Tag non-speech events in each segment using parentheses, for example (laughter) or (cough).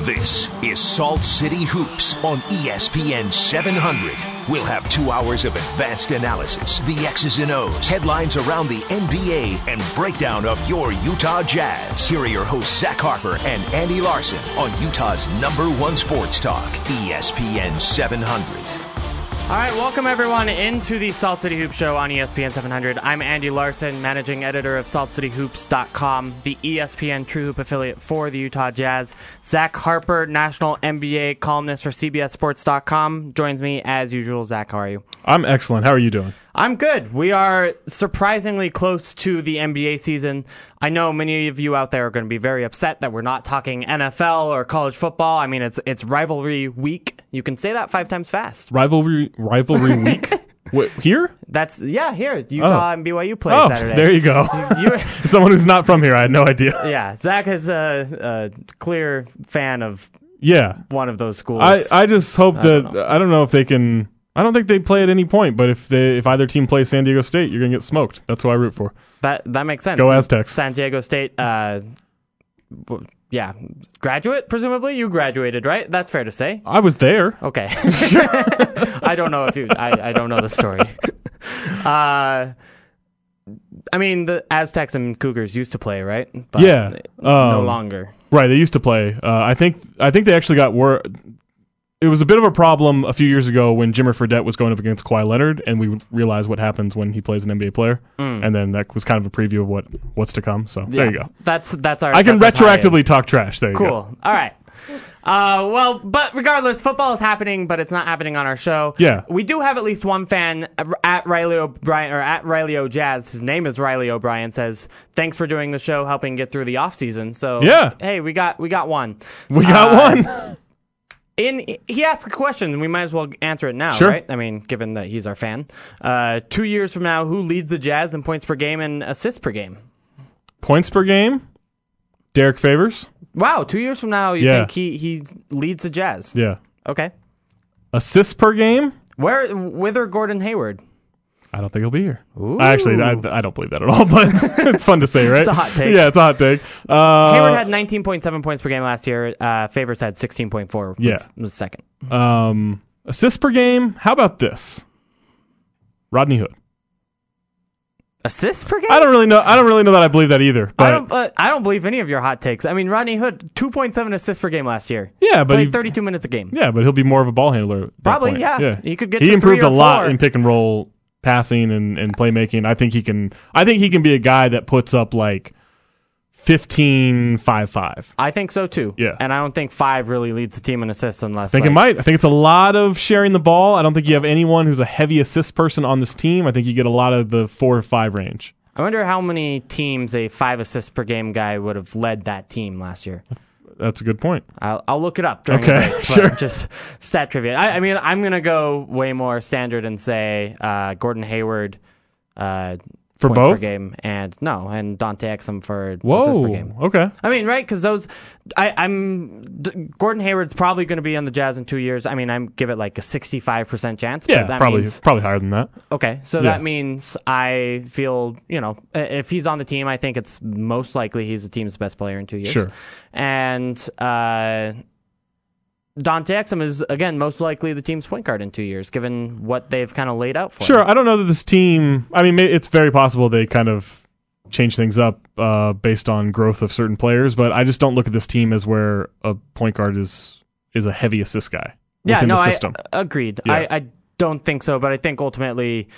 This is Salt City Hoops on E ESPN 700. We'll have two hours of advanced analysis, the X's and O's, headlines around the NBA, and breakdown of your Utah Jazz. Here are your hosts, Zach Harper and Andy Larson, on Utah's number one sports talk, E ESPN 700. All right, welcome everyone into the Salt City Hoops show on E ESPN 700. I'm Andy Larson, managing editor of saltcityhoops.com, the E ESPN True Hoop affiliate for the Utah Jazz. Zach Harper, national NBA columnist for CBSSports.com, joins me as usual. Zach, how are you? I'm excellent. How are you doing? I'm good. We are surprisingly close to the NBA season. I know many of you out there are going to be very upset that we're not talking NFL or college football. I mean, it's it's rivalry week. You can say that five times fast. Rivalry (laughs) rivalry week. Wait, here? That's yeah. Here, Utah Oh. and BYU play oh, Saturday. there you go. (laughs) (laughs) You- Someone who's not from here, I had no idea. yeah, Zach is a, a clear fan of Yeah, one of those schools. I, I just hope that don't know. I don't know if they can. I don't think they play at any point, but if they if either team plays San Diego State, you're gonna get smoked. That's who I root for. that that makes sense. Go Aztecs. San Diego State. Uh, w- yeah, graduate presumably. You graduated, right? That's fair to say. I was there. Okay. (laughs) I don't know if you. I, I don't know the (laughs) story. Uh, I mean, the Aztecs and Cougars used to play, right? But Yeah, No um, longer. Right, they used to play. Uh, I think I think they actually got wor It was a bit of a problem a few years ago when Jimmer Fredette was going up against Kawhi Leonard, and we realized what happens when he plays an NBA player. And then that was kind of a preview of what what's to come. So there you Hmm. Yeah. go. That's that's our. I can that's our tie-in. retroactively talk trash. There you go. Cool. All right. Uh, well, but regardless, football is happening, but it's not happening on our show. Yeah. we do have at least one fan uh, at Riley O'Brien or at Riley O'Jazz. His name is Riley O'Brien. Says thanks for doing the show, helping get through the off season. So Yeah. hey, we got we got one. We got Uh, one. In he asked a question, we might as well answer it now, Sure. right? I mean, given that he's our fan. Uh, two years from now, who leads the Jazz in points per game and assists per game? Points per game. Derek Favors. Wow, two years from now, you Yeah. think he he leads the Jazz? Yeah. Okay. Assists per game. Where whither Gordon Hayward? I don't think he'll be here. I actually, I, I don't believe that at all. (laughs) But it's fun (laughs) to say, right? it's a hot take. Yeah, it's a hot take. Uh, Hayward had 19.7 points per game last year. Uh, Favors had 16.4. Was, Yeah. was second. Um, assists per game. How about this? Rodney Hood. Assists per game. I don't really know. I don't really know that I believe that either. But I don't, uh, I don't believe any of your hot takes. I mean, Rodney Hood 2.7 assists per game last year. yeah, but Played he, 32 minutes a game. yeah, but he'll be more of a ball handler. at that Probably, point. yeah. He could get He to three improved or a lot four. in pick and roll passing and and playmaking. I think he can. I think he can be a guy that puts up like 15 5 5. I think so too. Yeah. And I don't think five really leads the team in assists unless. I think like, it might. I think it's a lot of sharing the ball. I don't think you have anyone who's a heavy assist person on this team. I think you get a lot of the 4 or 5 range. I wonder how many teams a five assists per game guy would have led that team last year. That's a good point. I'll, I'll look it up during the Okay, (laughs) break, but sure. Just stat trivia. I, I mean, I'm gonna go way more standard and say uh, Gordon Hayward uh, For points per both? game, and no, and Dante Exum for assists per Whoa. game. Okay. I mean, right? Because those, I, I'm D- Gordon Hayward's probably going to be on the Jazz in two years. I mean, I'm give it like a 65% chance. but Yeah, that probably means- probably higher than that. Okay, so Yeah. that means I feel you know i- if he's on the team, I think it's most likely he's the team's best player in two years. Sure. And uh, Dante Exum is again most likely the team's point guard in two years, given what they've kind of laid out for. Sure, him. I don't know that this team. I mean, may- it's very possible they kind of change things up uh, based on growth of certain players, but I just don't look at this team as where a point guard is is a heavy assist guy Yeah. within No, the I uh, system. agreed. Yeah. I, I don't think so, but I think ultimately.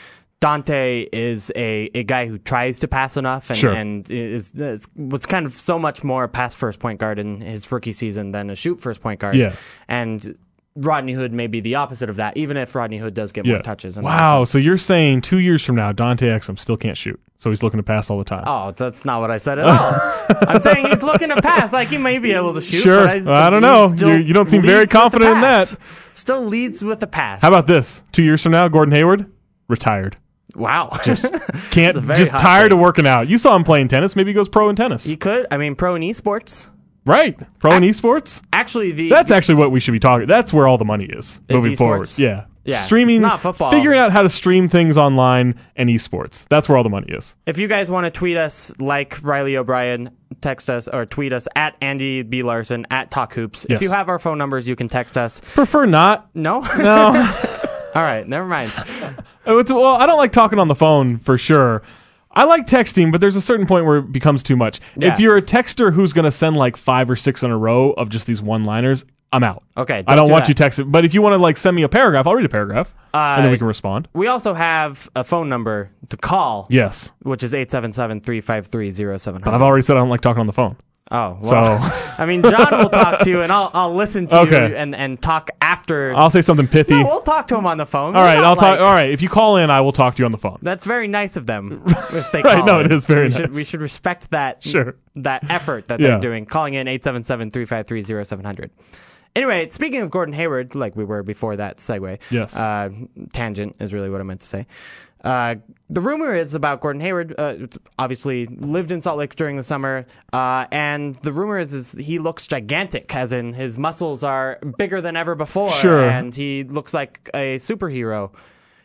Dante is a, a guy who tries to pass enough and, Sure. and is, is was kind of so much more a pass first point guard in his rookie season than a shoot first point guard. Yeah. And Rodney Hood may be the opposite of that, even if Rodney Hood does get yeah. more touches. and wow. So you're saying two years from now, Dante Exum still can't shoot, so he's looking to pass all the time. Oh, that's not what I said at (laughs) all. I'm saying he's looking to pass. Like he may be able to shoot. Sure. but I don't he know. still You- you don't seem leads very with the confident in pass. that. Still leads with a pass. How about this? Two years from now, Gordon Hayward retired. wow? (laughs) Can't very just hot tired take. of working out. You saw him playing tennis. Maybe he goes pro in tennis. he could. I mean, pro in esports. right. Pro in esports. Actually, the That's actually what we should be talking. That's where all the money is, moving forward. esports? Yeah. Yeah, it's streaming, not football. figuring out how to stream things online and esports. That's where all the money is. If you guys want to tweet us like Riley O'Brien, text us or tweet us at Andy B. Larson at Talk Hoops. If Yes. you have our phone numbers, you can text us. (laughs) Prefer not. No? (laughs) No. All right, never mind. Oh, It's, well, I don't like talking on the phone for sure. I like texting, but there's a certain point where it becomes too much. Yeah. If you're a texter who's going to send like five or six in a row of just these one-liners, I'm out. Okay, I don't don't do want that. you texting. But if you want to like send me a paragraph, I'll read a paragraph, and then Uh, we can respond. We also have a phone number to call, Yes, which is 877-353-0700. but I've already said I don't like talking on the phone. Oh, well. (laughs) So- I mean, John will talk to you, and I'll, I'll listen to you Okay. and, and talk after. I'll say something pithy. no, we'll talk to him on the phone. all right, I'll talk. All all right, if you call in, I will talk to you on the phone. That's very nice of them. If they (laughs) Right, call no, in. it is Oh, very we Should, nice. we should respect that Sure. that effort that Yeah. they're doing, calling in 877-353-0700. Anyway, speaking of Gordon Hayward, like we were before that segue, Yes. uh, tangent is really what I meant to say. Uh, the rumor is about Gordon Hayward. Uh, obviously, lived in Salt Lake during the summer, uh, and the rumor is, is he looks gigantic, as in his muscles are bigger than ever before, Sure. and he looks like a superhero.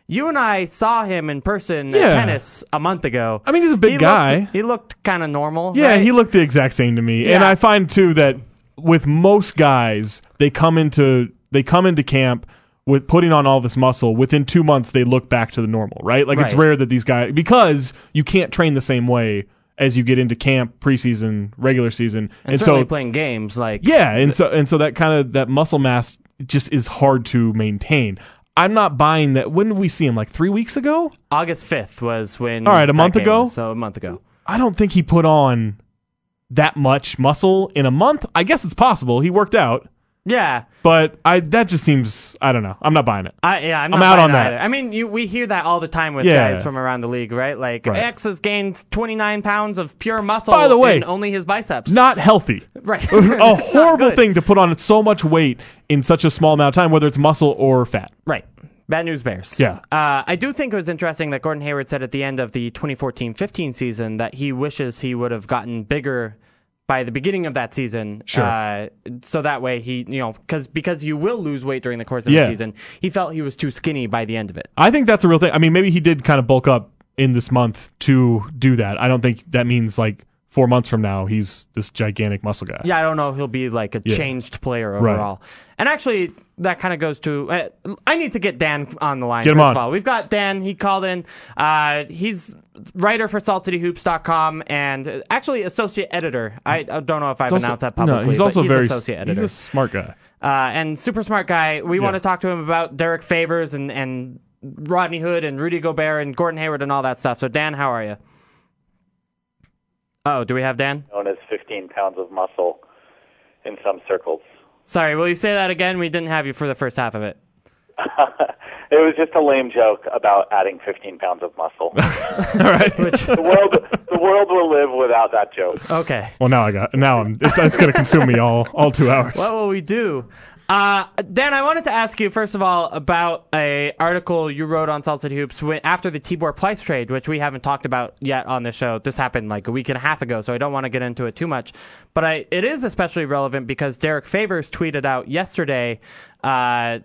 You and I saw him in person Yeah. at tennis a month ago. I mean, he's a big He looked- guy. he looked kind of normal. Yeah, right? he looked the exact same to me. And Yeah. I find too that with most guys, they come into they come into camp with putting on all this muscle. Within two months, they look back to the normal, right? Like it's Right. rare that these guys because you can't train the same way as you get into camp, preseason, regular season, and, and certainly so playing games like yeah, and so and so that kind of that muscle mass just is hard to maintain. I'm not buying that. When did we see him? Like three weeks ago? August fifth was when. All right, that a month game ago? was, so a month ago. I don't think he put on that much muscle in a month. I guess it's possible he worked out, Yeah, but I that just seems I don't know. I'm not buying it. I, yeah, I'm, I'm not out buying on it that. Either. I mean, you, we hear that all the time with Yeah. guys from around the league, right? Like Right. X has gained 29 pounds of pure muscle. By the way, in only his biceps. Not healthy. right. (laughs) a It's not horrible good. thing to put on so much weight in such a small amount of time, whether it's muscle or fat. Right. Bad news bears. Yeah. Uh, I do think it was interesting that Gordon Hayward said at the end of the 2014-15 season that he wishes he would have gotten bigger by the beginning of that season. Sure. Uh, so that way he, you know, cause, because you will lose weight during the course of Yeah. the season. He felt he was too skinny by the end of it. I think that's a real thing. I mean, maybe he did kind of bulk up in this month to do that. I don't think that means like four months from now he's this gigantic muscle guy. Yeah, I don't know. He'll be like a changed player Right. overall. And actually, that kind of goes to. Uh, I need to get Dan on the line. Get him first on. of all, we've got Dan. He called in. Uh, he's writer for SaltCityHoops.com and uh, actually associate editor. I, I don't know if I've He's also- announced that publicly. no, he's but also he's very associate editor He's a smart guy. uh, and super smart guy. We want to talk to him about Derek Favors and and Rodney Hood and Rudy Gobert and Gordon Hayward and all that stuff. So Dan, how are you? Oh, do we have Dan? known as 15 pounds of muscle in some circles. Sorry, will you say that again? We didn't have you for the first half of it. It was just a lame joke about adding 15 pounds of muscle. All right. the world, the world will live without that joke. Okay. well, now I got now I'm that's going to consume me all (laughs) all two hours. What will we do? Uh, Dan, I wanted to ask you first of all about a article you wrote on Salt City Hoops when, after the Tibor Price trade, which we haven't talked about yet on the show. This happened like a week and a half ago, so I don't want to get into it too much. But I, it is especially relevant because Derek Favors tweeted out yesterday. Uh,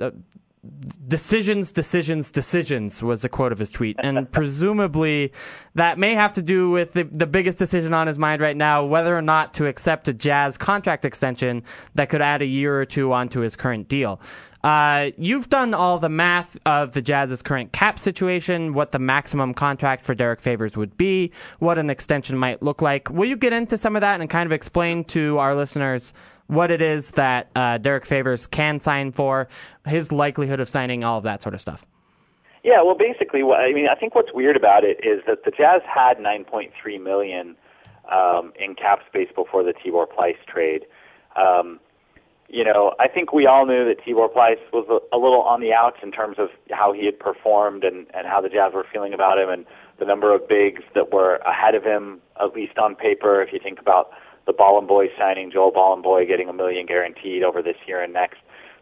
decisions, decisions, decisions was the quote of his tweet. And (laughs) presumably that may have to do with the, the biggest decision on his mind right now, whether or not to accept a Jazz contract extension that could add a year or two onto his current deal. Uh, you've done all the math of the Jazz's current cap situation, what the maximum contract for Derek Favors would be, what an extension might look like. Will you get into some of that and kind of explain to our listeners what it is that uh, Derek Favors can sign for, his likelihood of signing, all of that sort of stuff. Yeah, well, basically, what, I mean, I think what's weird about it is that the Jazz had 9.3 million um, in cap space before the Tibor Plyce trade. Um, you know, I think we all knew that Tibor Plyce was a, a little on the outs in terms of how he had performed and, and how the Jazz were feeling about him and the number of bigs that were ahead of him, at least on paper. If you think about the Ball and Boy signing, Joel Ball and Boy getting a million guaranteed over this year and next.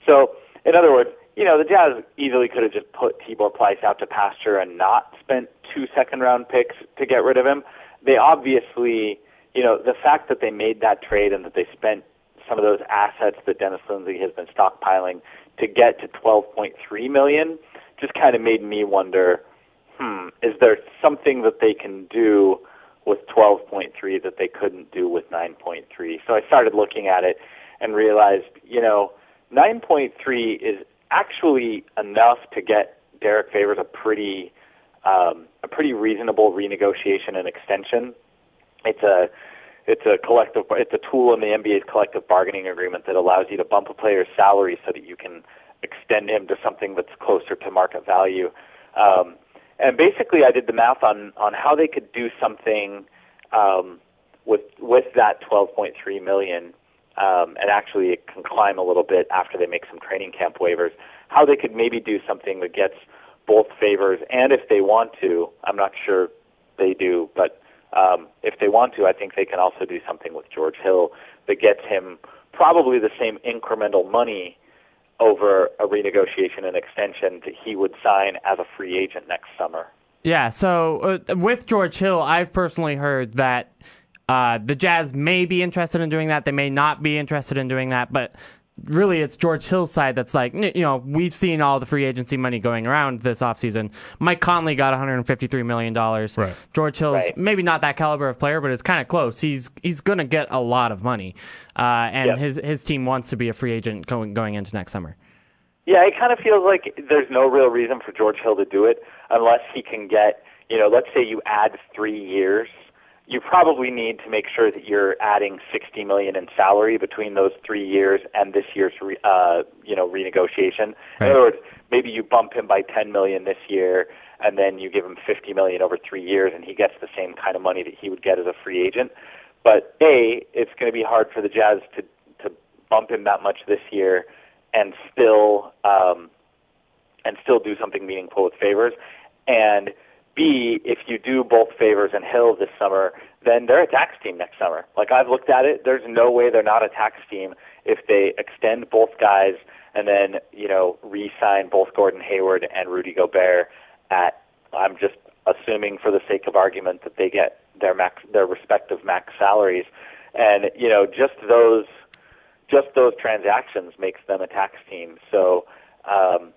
So, in other words, you know, the Jazz easily could have just put Tibor Plyce out to pasture and not spent two second round picks to get rid of him. They obviously, you know, the fact that they made that trade and that they spent some of those assets that Dennis Lindsay has been stockpiling to get to 12.3 million just kind of made me wonder, hmm, is there something that they can do with 12.3 that they couldn't do with 9.3? So I started looking at it and realized, you know, 9.3 is actually enough to get Derek Favors a pretty um, a pretty reasonable renegotiation and extension. It's a it's a collective it's a tool in the NBA's collective bargaining agreement that allows you to bump a player's salary so that you can extend him to something that's closer to market value. Um, and basically, I did the math on on how they could do something um, with with that 12.3 million, um, and actually it can climb a little bit after they make some training camp waivers. How they could maybe do something that gets both favors, and if they want to, I'm not sure they do, but um, if they want to, I think they can also do something with George Hill that gets him probably the same incremental money over a renegotiation and extension that he would sign as a free agent next summer. Yeah, so uh, with George Hill, I've personally heard that uh, the Jazz may be interested in doing that. They may not be interested in doing that, but really it's George Hill's side that's like, n- you know, we've seen all the free agency money going around this offseason. Mike Conley got $153 million. Right. George Hill's Right. maybe not that caliber of player, but it's kind of close. He's he's going to get a lot of money, uh, and Yep. his, his team wants to be a free agent going, going into next summer. Yeah, it kind of feels like there's no real reason for George Hill to do it unless he can get, you know, let's say you add three years. You probably need to make sure that you're adding 60 million in salary between those three years and this year's, re, uh, you know, renegotiation. In other words, maybe you bump him by 10 million this year, and then you give him 50 million over three years, and he gets the same kind of money that he would get as a free agent. But a, it's going to be hard for the Jazz to to bump him that much this year and still um, and still do something meaningful with favors. And B, if you do both favors and Hill this summer, then they're a tax team next summer. Like I've looked at it, there's no way they're not a tax team if they extend both guys and then you know re-sign both Gordon Hayward and Rudy Gobert at. I'm just assuming for the sake of argument that they get their max their respective max salaries, and you know just those just those transactions makes them a tax team. So, um,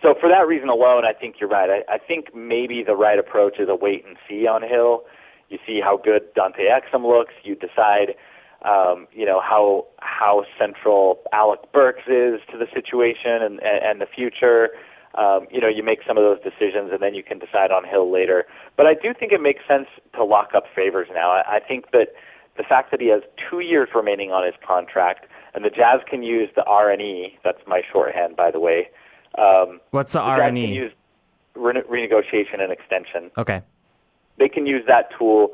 so for that reason alone, I think you're right. I, I think maybe the right approach is a wait and see on Hill. You see how good Dante Exum looks. You decide, um, you know how how central Alec Burks is to the situation and and, and the future. Um, you know, you make some of those decisions, and then you can decide on Hill later. But I do think it makes sense to lock up favors now. I, I think that the fact that he has two years remaining on his contract, and the Jazz can use the RNE. That's my shorthand, by the way. Um, What's the, E? the Jazz can RNE? use rene- renegotiation and extension. Okay. They can use that tool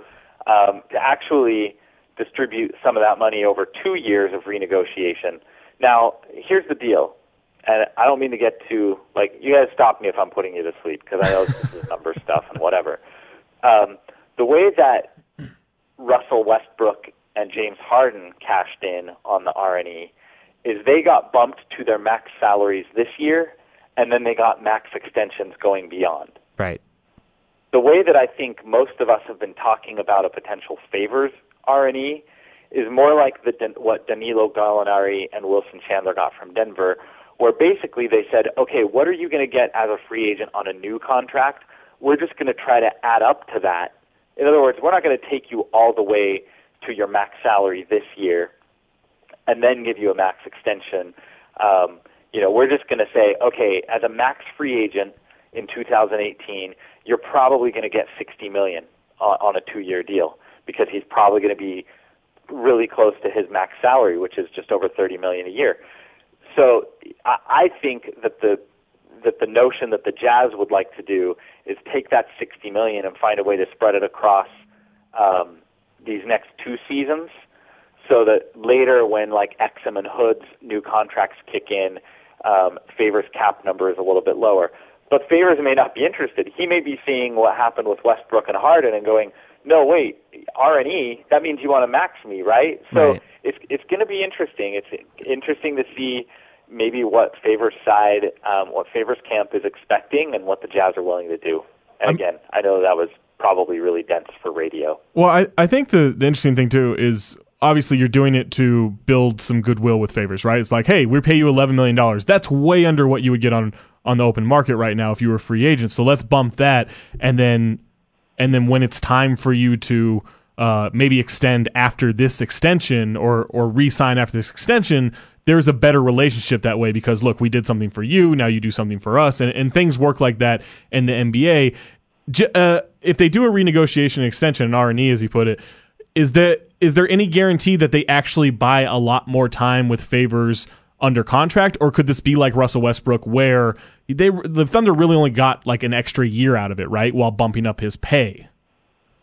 um, to actually distribute some of that money over two years of renegotiation. Now, here's the deal, and I don't mean to get too like you guys stop me if I'm putting you to sleep because I know this is (laughs) number stuff and whatever. Um, the way that Russell Westbrook and James Harden cashed in on the RNE is they got bumped to their max salaries this year, and then they got max extensions going beyond Right. the way that I think most of us have been talking about a potential favors RNE is more like the, what Danilo Gallinari and Wilson Chandler got from Denver, where basically they said, okay, what are you going to get as a free agent on a new contract? We're just going to try to add up to that. In other words, we're not going to take you all the way to your max salary this year and then give you a max extension. Um, you know, we're just going to say, okay, as a max free agent in 2018, you're probably going to get 60 million on, on a two-year deal because he's probably going to be really close to his max salary, which is just over 30 million a year. So I, I think that the that the notion that the Jazz would like to do is take that 60 million and find a way to spread it across um, these next two seasons so that later when like Exum and Hood's new contracts kick in, um, Favors cap number is a little bit lower. But Favors may not be interested. He may be seeing what happened with Westbrook and Harden and going, no, wait, R and E. That means you want to max me, right? So Right. it's it's going to be interesting. It's interesting to see maybe what Favors side, um, what Favors camp is expecting, and what the Jazz are willing to do. And again, I know that was probably really dense for radio. Well, I, I think the, the interesting thing too is obviously you're doing it to build some goodwill with favors, right? It's like, hey, we pay you eleven million dollars. That's way under what you would get on on the open market right now if you were a free agent. So let's bump that, and then and then when it's time for you to uh, maybe extend after this extension or or re-sign after this extension. There's a better relationship that way because look, we did something for you. Now you do something for us, and, and things work like that in the NBA. J- uh, if they do a renegotiation and extension, an R and E, as you put it, is there is there any guarantee that they actually buy a lot more time with favors under contract, or could this be like Russell Westbrook, where they the Thunder really only got like an extra year out of it, right, while bumping up his pay?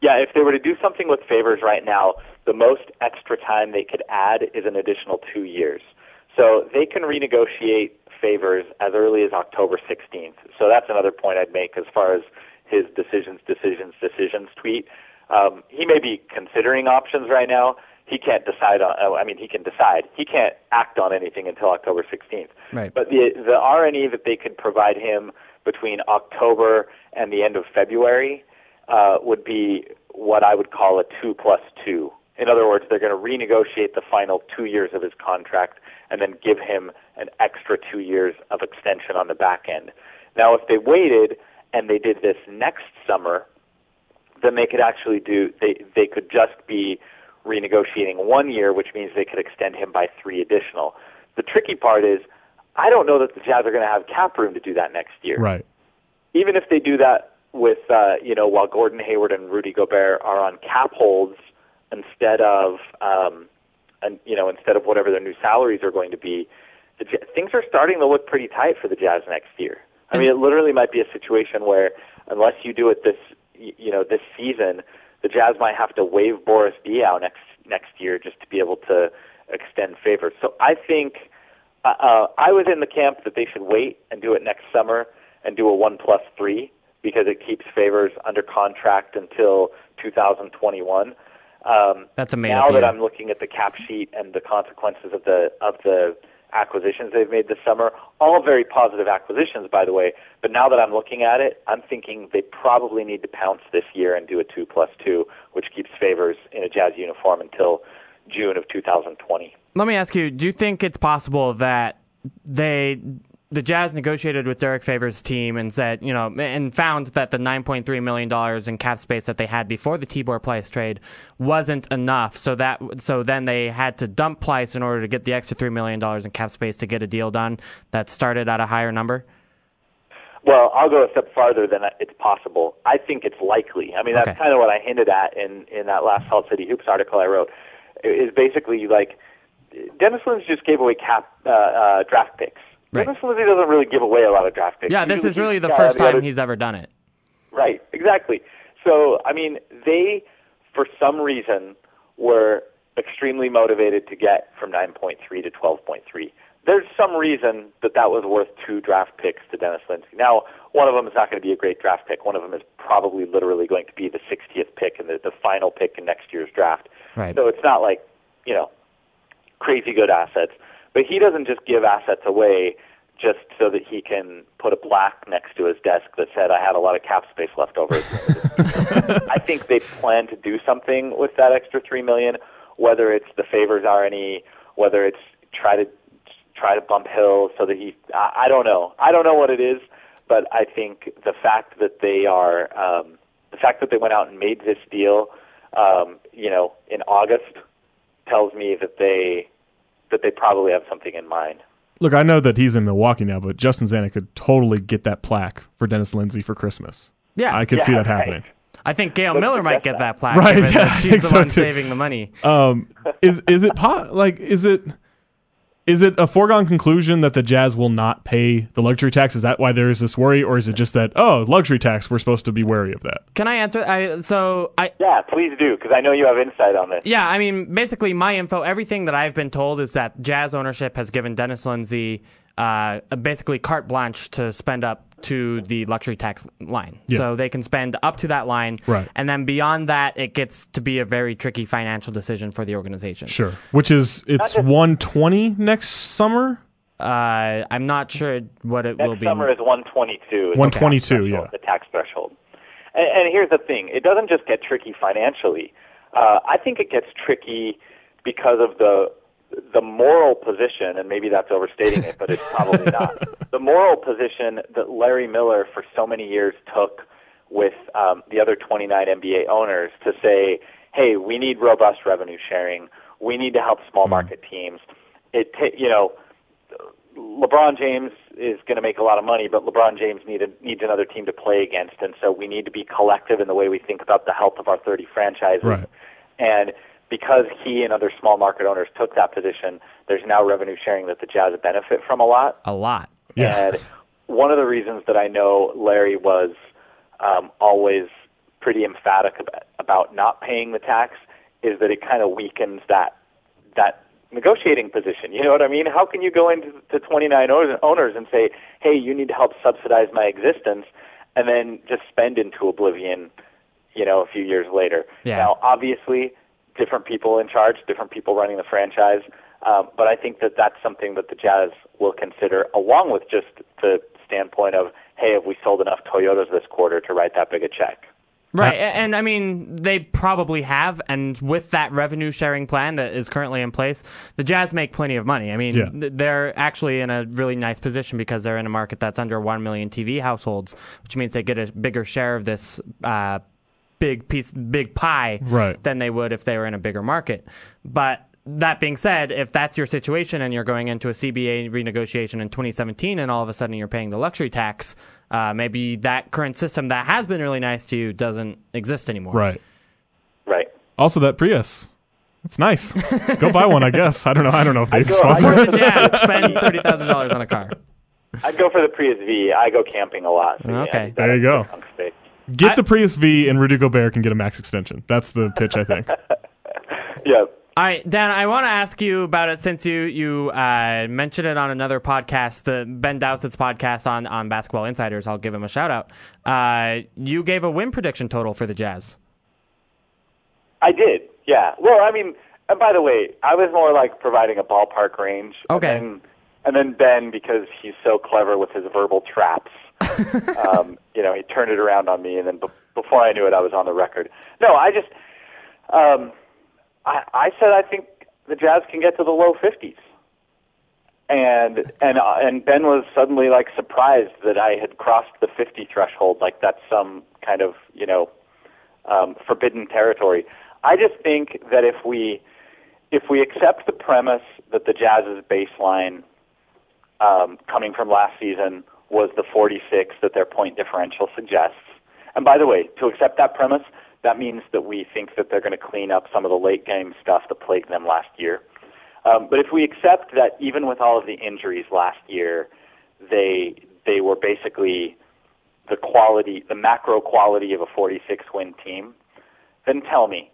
Yeah, if they were to do something with favors right now, the most extra time they could add is an additional two years. So they can renegotiate favors as early as October 16th. So that's another point I'd make as far as his decisions, decisions, decisions tweet. Um, he may be considering options right now. He can't decide on. oh, I mean, he can decide. He can't act on anything until October 16th. Right. But the the RNE that they could provide him between October and the end of February uh, would be what I would call a two plus two. In other words, they're going to renegotiate the final two years of his contract and then give him an extra two years of extension on the back end. Now, if they waited and they did this next summer, then they could actually do they they could just be renegotiating one year, which means they could extend him by three additional. The tricky part is I don't know that the Jazz are going to have cap room to do that next year. Right. Even if they do that with uh, you know while Gordon Hayward and Rudy Gobert are on cap holds instead of um, and you know instead of whatever their new salaries are going to be, the, J- things are starting to look pretty tight for the Jazz next year. I mean, it literally might be a situation where unless you do it this y- you know this season, the Jazz might have to waive Boris Diaw next next year just to be able to extend favors. So I think uh, uh, I was in the camp that they should wait and do it next summer and do a one plus three because it keeps favors under contract until 2021. Um, That's a now made-up that year. I'm looking at the cap sheet and the consequences of the of the acquisitions they've made this summer, all very positive acquisitions, by the way. But now that I'm looking at it, I'm thinking they probably need to pounce this year and do a two plus two, which keeps favors in a jazz uniform until June of 2020. Let me ask you: Do you think it's possible that they, the Jazz, negotiated with Derek Favors' team and said, you know, and found that the 9.3 million dollars in cap space that they had before the Tibor Place trade wasn't enough, so that so then they had to dump Place in order to get the extra three million dollars in cap space to get a deal done that started at a higher number. Well, I'll go a step farther than it's possible. I think it's likely. I mean, that's Okay. kind of what I hinted at in in that last Salt City Hoops article I wrote. Is basically like Dennis Lindsay just gave away cap uh, uh, draft picks. Right. Dennis Lindsay doesn't really give away a lot of draft picks. Yeah, this Usually is really he's the got first time other- he's ever done it. Right, exactly. So, I mean, they, for some reason, were extremely motivated to get from 9.3 to 12.3. There's some reason that that was worth two draft picks to Dennis Lindsey. Now, one of them is not going to be a great draft pick. One of them is probably literally going to be the 60th pick and the, the final pick in next year's draft. Right. So it's not like, you know, crazy good assets. But he doesn't just give assets away just so that he can put a plaque next to his desk that said, I had a lot of cap space left over. I think they plan to do something with that extra three million, whether it's the favors RNE, whether it's try to try to bump Hill so that he I, I don't know. I don't know what it is, but I think the fact that they are um the fact that they went out and made this deal um, you know, in August tells me that they that they probably have something in mind. Look, I know that he's in Milwaukee now, but Justin Zanuck could totally get that plaque for Dennis Lindsay for Christmas. Yeah, I could see Yeah, that right. happening. I think Gail Miller might get that plaque. Right, given yeah, that I she's think the so one too. saving the money. um, is is it po- like is it is it a foregone conclusion that the Jazz will not pay the luxury tax? Is that why there is this worry, or is it just that oh, luxury tax, we're supposed to be wary of that? Can I answer? I so I Yeah, please do because I know you have insight on this. Yeah, I mean, basically, my info, everything that I've been told is that Jazz ownership has given Dennis Lindsay uh, basically carte blanche to spend up to the luxury tax line. Yeah. So they can spend up to that line. Right. And then beyond that, it gets to be a very tricky financial decision for the organization. Sure. Which is it's just- one twenty next summer. Uh, I'm not sure what it will Next be. summer is 122. is the 122, tax threshold, yeah. The tax threshold. And, and here's the thing: it doesn't just get tricky financially. Uh, I think it gets tricky because of the the moral position, and maybe that's overstating it, but it's (laughs) probably not the moral position that Larry Miller for so many years took with um, the other 29 NBA owners to say, "Hey, we need robust revenue sharing. We need to help Mm-hmm. small market teams." It, ta- you know, LeBron James is going to make a lot of money, but LeBron James needed, needs another team to play against, and so we need to be collective in the way we think about the health of our 30 franchises. Right. And because he and other small market owners took that position, there's now revenue sharing that the Jazz benefit from a lot. A lot. Yeah. And one of the reasons that I know Larry was um, always pretty emphatic ab- about not paying the tax is that it kind of weakens that that negotiating position. You know what I mean? How can you go into to 29 owners- owners and say, "Hey, you need to help subsidize my existence," and then just spend into oblivion? You know, a few years later. Yeah. Now, obviously, different people in charge, different people running the franchise. Um, but I think that that's something that the Jazz will consider, along with just the standpoint of, hey, have we sold enough Toyotas this quarter to write that big a check? Right. a- And I mean, they probably have. And with that revenue sharing plan that is currently in place, the Jazz make plenty of money. I mean, Yeah. th- they're actually in a really nice position because they're in a market that's under 1 million TV households, which means they get a bigger share of this. Uh, Big piece, big pie, Right. than they would if they were in a bigger market. But that being said, if that's your situation and you're going into a CBA renegotiation in 2017 and all of a sudden you're paying the luxury tax, uh, maybe that current system that has been really nice to you doesn't exist anymore. Right. Right. Also, that Prius. It's (laughs) nice. Go buy one, I guess. I don't know. I don't know (laughs) if they go- So I sponsor where it. did Jazz spend thirty thousand dollars on a car? I'd go for the Prius V. I go camping a lot. So, yeah, Okay. I need that There you go. extra trunk space. Get the Prius V, and Rudico Bear can get a max extension. That's the pitch, I think. Yeah. All right, Dan, I want to ask you about it since you you uh, mentioned it on another podcast, the Ben Dowsett's podcast on on Basketball Insiders. I'll give him a shout out. Uh, you gave a win prediction total for the Jazz. I did. Yeah. Well, I mean, and by the way, I was more like providing a ballpark range. Okay. And then, and then Ben, because he's so clever with his verbal traps, um, you know, he turned it around on me, and then be- before I knew it, I was on the record. No, I just, um, I, I said I think the Jazz can get to the low fifties. And and uh, and Ben was suddenly like surprised that I had crossed the 50 threshold, like that's some kind of you know um, forbidden territory. I just think that if we if we accept the premise that the Jazz's baseline um, coming from last season was the 46 that their point differential suggests, and by the way, to accept that premise, that means that we think that they're going to clean up some of the late game stuff that plagued them last year. Um, but if we accept that even with all of the injuries last year, they they were basically the quality, the macro quality of a 46 win team, then tell me,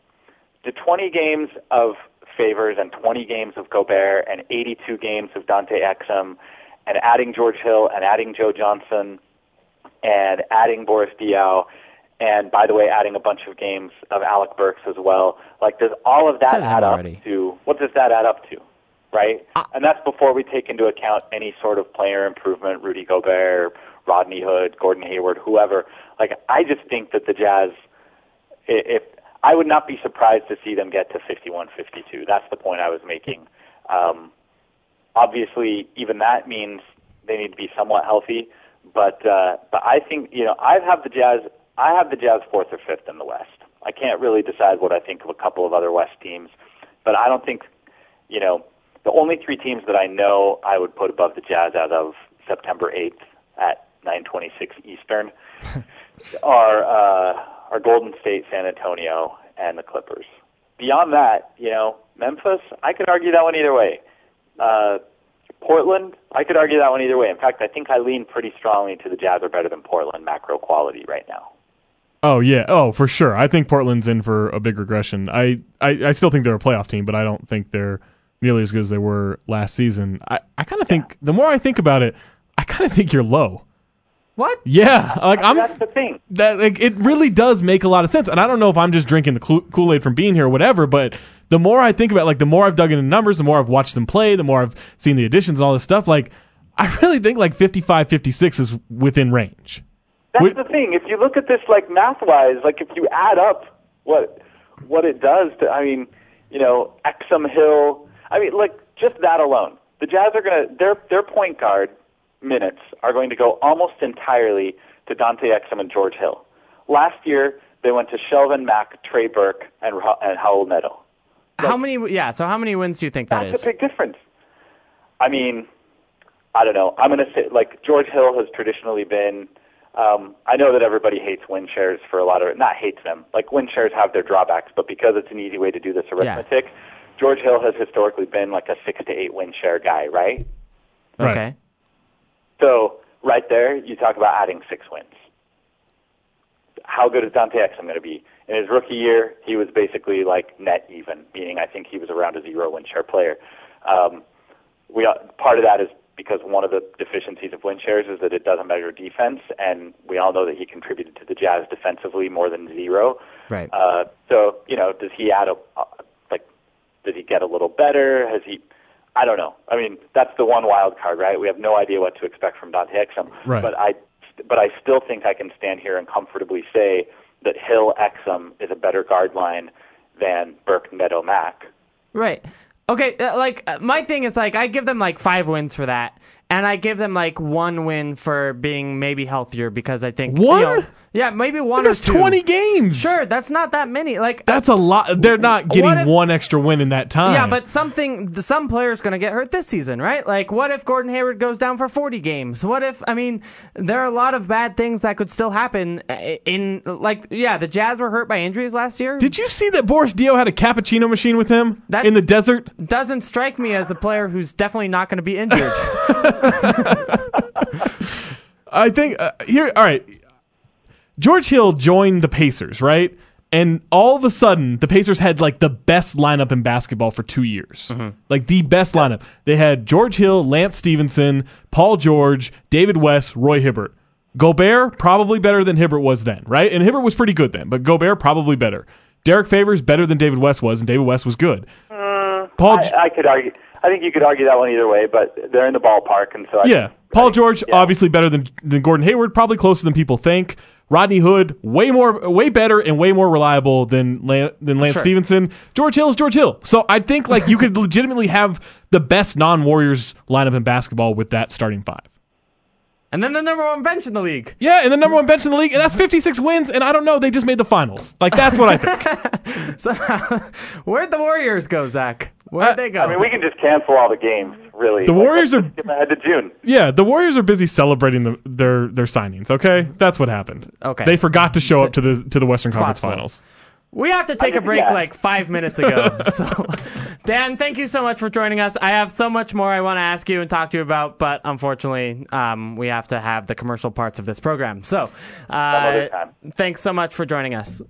do 20 games of Favors and 20 games of Gobert and 82 games of Dante Exum and adding George Hill and adding Joe Johnson and adding Boris Diaw and by the way adding a bunch of games of Alec Burks as well, like does all of that Said him add already. Uh, up to what does that add up to? Right? and that's before we take into account any sort of player improvement, Rudy Gobert, Rodney Hood, Gordon Hayward, whoever. Like I just think that the Jazz i- if I would not be surprised to see them get to 51 52. That's the point I was making. Um, obviously, even that means they need to be somewhat healthy. But uh, but I think you know I have the Jazz I have the Jazz fourth or fifth in the West. I can't really decide what I think of a couple of other West teams, but I don't think you know the only three teams that I know I would put above the Jazz out of September 8th at 9:26 Eastern are uh, are Golden State, San Antonio, and the Clippers. Beyond that, you know, Memphis, I could argue that one either way. Uh, Portland, I could argue that one either way. In fact, I think I lean pretty strongly to the Jazz are better than Portland macro quality right now. Oh yeah. Oh, for sure. I think Portland's in for a big regression. I, I, I still think they're a playoff team, but I don't think they're nearly as good as they were last season. I, I kind of think the more I think about it, I kind of think you're low. What? Yeah. Like I'm That's the thing. that like it really does make a lot of sense. And I don't know if I'm just drinking the Kool Aid from being here or whatever, but the more I think about, it, like the more I've dug into numbers, the more I've watched them play, the more I've seen the additions and all this stuff. Like I really think like 55, 56 is within range. That's Wait- the thing. If you look at this like math wise, like if you add up what what it does to I mean, you know, Exum Hill. I mean, like just that alone, the Jazz are going to their their point guard minutes are going to go almost entirely to Dante Exum and George Hill. Last year, they went to Shelvin Mack, Trey Burke, and Ra- and Howell Neto. how many? Yeah. So how many wins do you think that That's is? a big difference. I mean, I don't know. I'm going to say like George Hill has traditionally been. Um, I know that everybody hates win shares for a lot of not hates them. Like win shares have their drawbacks, but because it's an easy way to do this arithmetic, George Hill has historically been like a six to eight win share guy, right? Right. Okay. So right there, you talk about adding six wins. How good is Dante Exum going to be? In his rookie year, he was basically like net even, meaning I think he was around a zero win share player. Um, we all- part of that is because one of the deficiencies of win shares is that it doesn't measure defense, and we all know that he contributed to the Jazz defensively more than zero. Right. Uh, so you know, does he add a uh, like? Did he get a little better? Has he? I don't know. I mean, that's the one wild card, right? We have no idea what to expect from Dante Exum. Right. But I, but I still think I can stand here and comfortably say that Hill Exum is a better guard line than Burke Neto Mack. Right. Okay, uh, like uh, my thing is like I give them like 5 wins for that and I give them like 1 win for being maybe healthier because I think you One? know- Yeah, maybe one That's or two. twenty games. Sure, that's not that many. Like That's a lot. They're not getting if- one extra win in that time. yeah, but something some player's going to get hurt this season, right? Like what if Gordon Hayward goes down for 40 games? What if I mean, there are a lot of bad things that could still happen uh, in like yeah, the Jazz were hurt by injuries last year. Did you see that Boris Dio had a cappuccino machine with him That- in the desert? Doesn't strike me as a player who's definitely not going to be (laughs) injured. I think uh, here. All right, George Hill joined the Pacers, right? And all of a sudden, the Pacers had like the best lineup in basketball for two years, like the best lineup. They had George Hill, Lance Stevenson, Paul George, David West, Roy Hibbert. Gobert probably better than Hibbert was then, right? And Hibbert was pretty good then, but Gobert probably better. Derek Favors better than David West was, and David West was good. Paul, G- I, I could argue. I think you could argue that one either way, but they're in the ballpark, and so I Yeah. Paul George obviously better than than Gordon Hayward, probably closer than people think. Rodney Hood way more way better and way more reliable than Lan- than Lance Stevenson. George Hill is George Hill. So I think like you could (laughs) legitimately have the best non-Warriors lineup in basketball with that starting five. and then the number one bench in the league. (laughs) Yeah, and the number one bench in the league, and that's 56 wins, and I don't know, they just made the finals. Like, that's what I think. (laughs) So, where'd the Warriors go, Zach? Where'd Uh, they go? I mean, we can just cancel all the games, really. The Warriors let's are- skip ahead to June. yeah, the Warriors are busy celebrating the, their their signings, okay? That's what happened. Okay. They forgot to show up to the to the Western Conference possible. Finals. We have to take I a just- break yeah. like five minutes (laughs) ago. so, Dan, thank you so much for joining us. I have so much more I want to ask you and talk to you about, but unfortunately, um, we have to have the commercial parts of this program. So, uh, other time. thanks so much for joining us.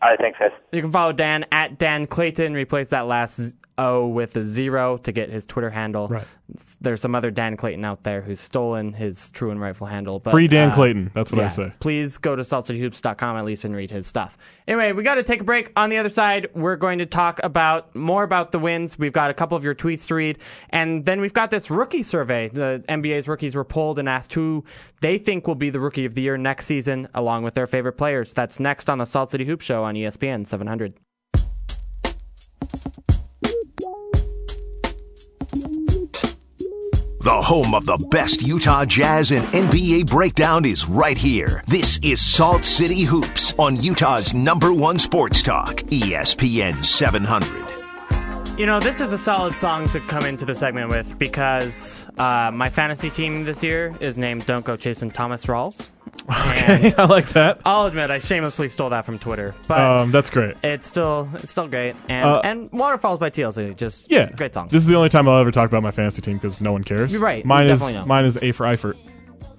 All right, thanks, guys. You can follow Dan at Dan Clayton. Replace that last z- O with a zero to get his Twitter handle. Right. S- There's some other Dan Clayton out there who's stolen his true and rightful handle. But, Free Dan uh, Clayton, that's what I yeah, say. Please go to saltedhoops.com at least and read his stuff. Anyway, we got to take a break. On the other side, we're going to talk about more about the wins. We've got a couple of your tweets to read, and then we've got this rookie survey. The NBA's rookies were polled and asked who they think will be the rookie of the year next season, along with their favorite players. That's next on the Salt City Hoop Show on E ESPN 700. The home of the best Utah Jazz and NBA breakdown is right here. This is Salt City Hoops on Utah's number one sports talk, E ESPN 700. You know, this is a solid song to come into the segment with because uh, my fantasy team this year is named Don't Go Chasing Thomas (laughs) Rawls. And I like that. I'll admit I shamelessly stole that from Twitter, but Um, that's great. it's still it's still great. And Uh, and Waterfalls by TLC, just Yeah, great song. This is the only time I'll ever talk about my fantasy team because no one cares. You're right. Mine You is definitely know. mine is A for Eifert.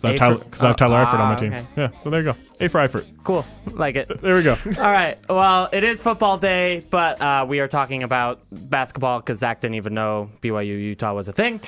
Because I A have Tyler, for- 'cause I have Tyler oh, Eifert on my ah, team. okay. Yeah, so there you go. A for Eifert. cool, like it. (laughs) There we go. All right. Well, it is football day, but uh, we are talking about basketball because Zach didn't even know BYU Utah was a thing.